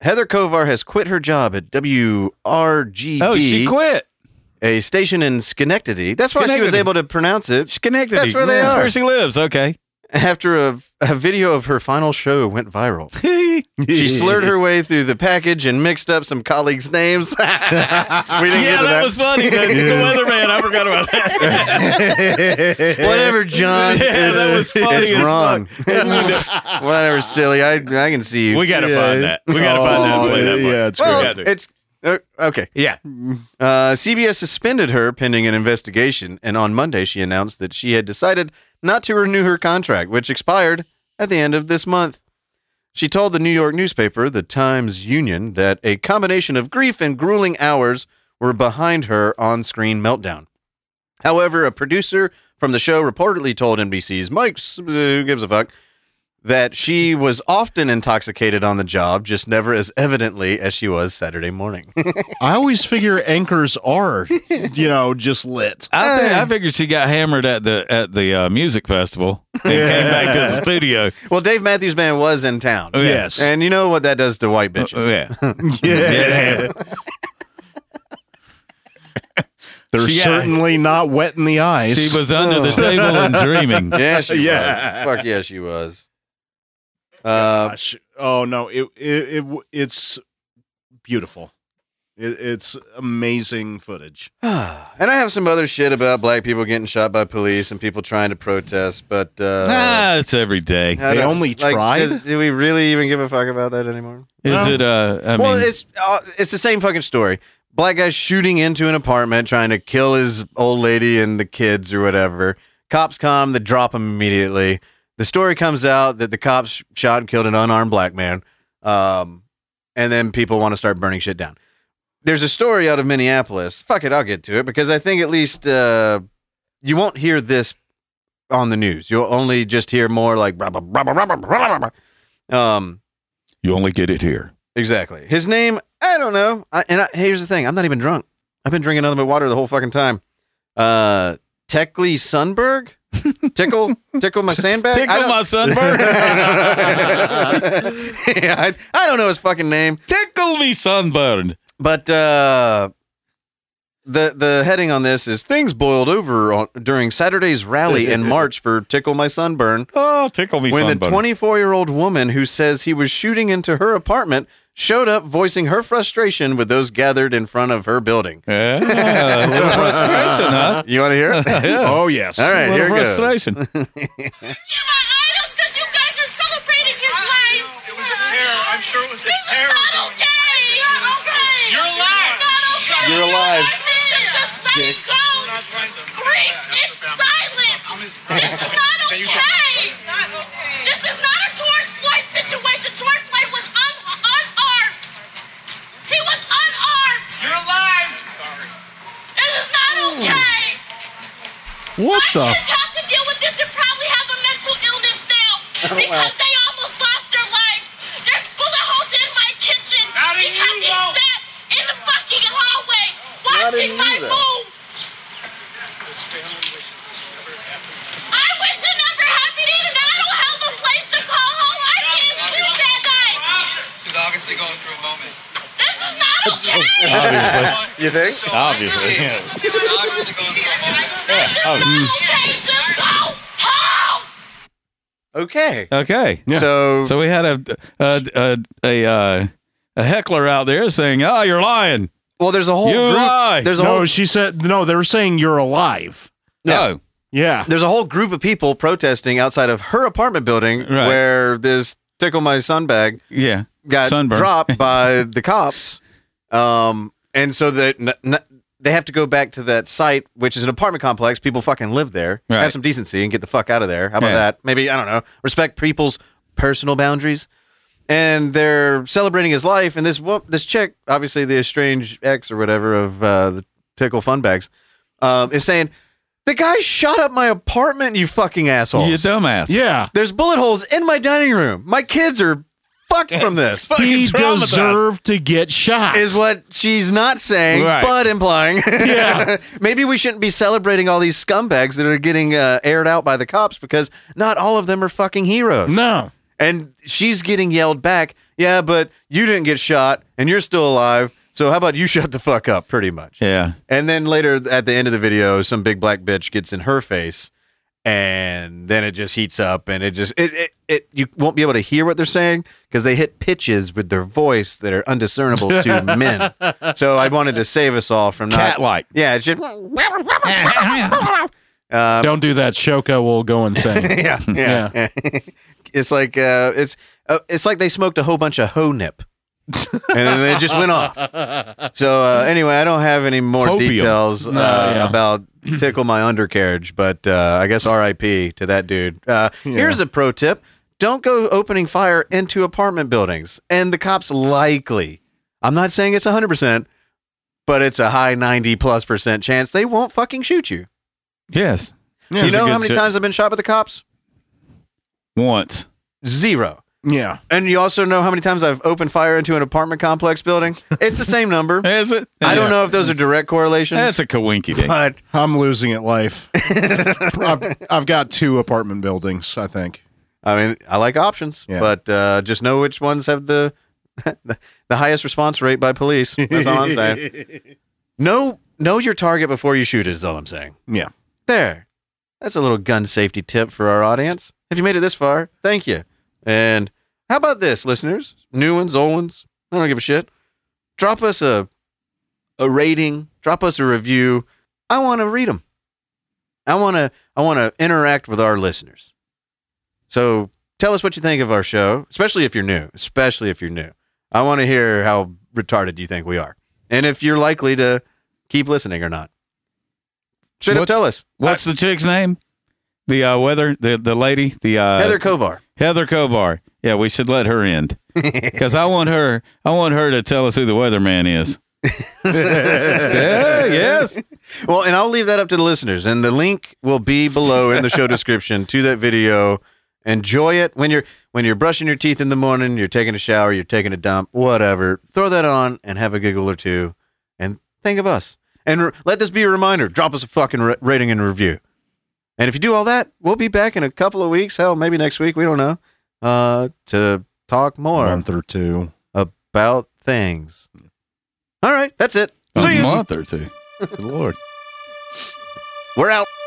D: Heather Kovar has quit her job at WRGB.
B: Oh, she quit.
D: a station in Schenectady. That's why she was
B: Schenectady.
D: able to pronounce it.
B: Schenectady.
D: That's where they
B: That's
D: are.
B: where she lives.
D: [laughs]
B: Okay.
D: After a, a video of her final show went viral,
B: [laughs]
D: she slurred her way through the package and mixed up some colleagues' names. [laughs] we didn't get
B: yeah, that,
D: to that.
B: was funny. The, the weatherman. I forgot about that.
D: [laughs] Whatever, John.
B: [laughs] yeah, that
D: It's-
B: was funny.
D: It's
B: as
D: wrong.
B: fuck. [laughs]
D: [laughs] [laughs] Whatever, silly. I I can see you.
B: we got to find that. We got to find that. and Play that.
C: yeah,
B: part.
C: it's
D: well,
B: great.
D: Oh, it's uh, okay.
B: Yeah.
D: Uh, CBS suspended her pending an investigation, and on Monday she announced that she had decided not to renew her contract, which expired at the end of this month. She told the New York newspaper, the Times Union, that a combination of grief and grueling hours were behind her on screen meltdown. However, a producer from the show reportedly told NBC's Mike, S- uh, who gives a fuck, that she was often intoxicated on the job, just never as evidently as she was Saturday morning.
C: [laughs] I always figure anchors are, you know, just lit.
B: I, think, I figured she got hammered at the at the uh, music festival and came back to the studio.
D: Well, Dave Matthews Band was in town.
B: Oh, yeah.
C: Yes.
D: And you know what that does to white bitches.
B: Oh, yeah.
C: Yeah. [laughs] They're
B: She got-
C: certainly not wet in the eyes.
B: She was under
D: [laughs]
B: the table and dreaming.
D: Yeah, she
C: [laughs] Yeah.
D: was. Fuck yeah, she was. Uh, [sighs]
C: Gosh. Oh no! It it, it w- it's beautiful. It, it's amazing footage.
D: and I have some other shit about black people getting shot by police and people trying to protest, but uh,
B: ah, it's every day.
C: They
D: I don't-
C: only tried?
D: does- do we really even give a fuck about that anymore?
B: Is
C: Well-
B: it? Uh, I
D: well,
B: mean,
D: it's uh, it's the same fucking story. Black guy shooting into an apartment, trying to kill his old lady and the kids or whatever. Cops come, they drop him immediately. The story comes out that the cops shot and killed an unarmed black man, um, and then people want to start burning shit down. There's a story out of Minneapolis. Fuck it, I'll get to it because I think at least uh, you won't hear this on the news. You'll only just hear more like blah blah blah blah blah blah blah. blah, blah. Um,
A: You only get it here.
D: Exactly. His name, I don't know. I, and I, here's the thing: I'm not even drunk. I've been drinking nothing but water the whole fucking time. Uh,
B: [laughs]
D: Techley Sunberg, tickle, tickle my sandbag. I
B: tickle
D: don't-
B: my
D: [laughs]
B: sunburn.
D: yeah, I, I don't know his fucking name,
B: tickle me sunburn.
D: but uh, the the heading on this is things boiled over on, during Saturday's rally
B: [laughs]
D: in March for Tickle My Sunburn
B: Oh, tickle me
D: when the
B: sunburn.
D: 24 year old woman who says he was shooting into her apartment showed up voicing her frustration with those gathered in front of her building.
B: yeah, a little frustration, huh?
D: You want to
B: [laughs]
D: hear [laughs] it?
B: Yeah.
C: Oh yes.
D: All
B: a
D: right,
B: little
D: here it goes.
B: frustration.
D: [laughs]
H: You're my idols because you guys are celebrating his life.
N: It was a terror. I'm sure it was a
H: This is
N: terror.
H: not okay. Not okay.
N: You're alive.
H: Not okay.
D: You're alive.
H: Just let it
D: Dick.
H: go.
N: We're not trying to-
H: Grief in silence. This is not
N: Then you
H: okay. This is not a George Floyd situation. George Floyd was un- unarmed. He was unarmed.
N: You're alive.
H: This is not okay.
E: What
H: My
E: the?
H: kids have to deal with this and probably have a mental illness
E: [laughs]
H: now because they almost lost their life. There's bullet holes in my kitchen
N: Not in
H: because
N: you,
H: he
N: though.
H: sat in the fucking hallway while
N: watching my
D: either.
N: move. I wish it never happened either. Then I don't have a place to call home. I can't sleep that night.
O: She's obviously going through a moment.
N: This is not okay.
D: you think?
O: Obviously, yeah.
N: This is not okay. Just go home.
D: Okay.
B: Okay.
D: So
B: so we had a a a a, uh, a heckler out there saying, "Oh, you're lying."
D: Well, there's a whole
B: you
D: group-
B: Lie.
D: there's a
E: no,
D: whole-
E: she said no. They were saying you're alive.
B: No.
E: Yeah.
D: There's a whole group of people protesting outside of her apartment building where this tickle my sun bag
B: yeah
D: got
B: Sunburn. [laughs]
D: dropped by the cops. Um, and so that n- n- they have to go back to that site, which is an apartment complex. People fucking live there.
B: Right.
D: Have some decency and get the fuck out of there. How about
B: Yeah.
D: that? Maybe I don't know. Respect people's personal boundaries. And they're celebrating his life. And this wo- this chick, obviously the estranged ex or whatever of uh, the tickle fun bags, um, is saying. The guy shot up my apartment, you fucking asshole.
B: You dumbass.
E: Yeah.
D: There's bullet holes in my dining room. My kids are fucked
B: [laughs]
D: from this.
E: he deserved to get shot.
D: Is what she's not saying,
E: Right.
D: but implying.
E: [laughs] Yeah.
D: [laughs] Maybe we shouldn't be celebrating all these scumbags that are getting uh, aired out by the cops because not all of them are fucking heroes.
E: No.
D: And she's getting yelled back, yeah, but you didn't get shot and you're still alive. So how about you shut the fuck up, pretty much?
B: Yeah.
D: And then later at the end of the video, some big black bitch gets in her face, and then it just heats up, and it just it it, it you won't be able to hear what they're saying because they hit pitches with their voice that are undiscernible to men. So I wanted to save us all from not
B: Cat-like.
D: Yeah, it's just um,
E: Don't do that. Shoko will go insane.
B: [laughs]
D: [laughs] yeah, yeah. it's like uh, it's uh, it's like they smoked a whole bunch of ho nip, and then it just
B: [laughs]
D: went off. So uh, anyway, I don't have any more
B: Hopium.
D: details uh,
B: No, yeah. [clears throat]
D: about tickle my undercarriage, but uh, I guess R.I.P. to that dude. Uh, Here's a pro tip: don't go opening fire into apartment buildings, and the cops likely. I'm not saying it's 100, percent but it's a high 90 plus percent chance they won't fucking shoot you.
B: Yes.
D: you know how many times I've been shot by the cops?
B: Once.
D: Zero.
E: Yeah.
D: And you also know how many times I've opened fire into an apartment complex building? It's the same number.
B: Is it?
D: I
B: [laughs] Yeah.
D: don't know if those are direct correlations.
B: That's a kawinky day.
D: [laughs] but
C: I'm losing it [laughs] life. I've, I've got two apartment buildings, I think.
D: I mean, I like options,
C: Yeah.
D: but uh, just know which ones have the, [laughs] the the highest response rate by police. That's all
C: [laughs]
D: I'm saying. Know know your target before you shoot it is all I'm saying.
C: Yeah.
D: There. That's a little gun safety tip for our audience. If you made it this far, thank you. And how about this, listeners? New ones, old ones, I don't give a shit. Drop us a a rating, drop us a review. I want to read them. I want to I want to interact with our listeners. So tell us what you think of our show, especially if you're new. Especially if you're new. I want to hear how retarded you think we are, and if you're likely to keep listening or not. Straight up,
B: What's-
D: tell us.
B: What's the chick's name? The uh, weather, the the lady, the uh,
D: Heather Kovar.
B: Heather Kobar. Yeah, we should let her in because I want her. I want her to tell us who the weatherman is. [laughs] yeah, yes.
D: Well, and I'll leave that up to the listeners, and the link will be below in the show [laughs] description to that video. Enjoy it when you're when you're brushing your teeth in the morning, you're taking a shower, you're taking a dump, whatever. Throw that on and have a giggle or two, and think of us. And re- let this be a reminder: drop us a fucking ra- rating and review. And if you do all that, we'll be back in a couple of weeks. Hell, maybe next week. We don't know. Uh, to talk more
C: Month or two.
D: about things. All right, that's it.
B: A
D: See you.
B: month or two. Good lord.
D: We're out.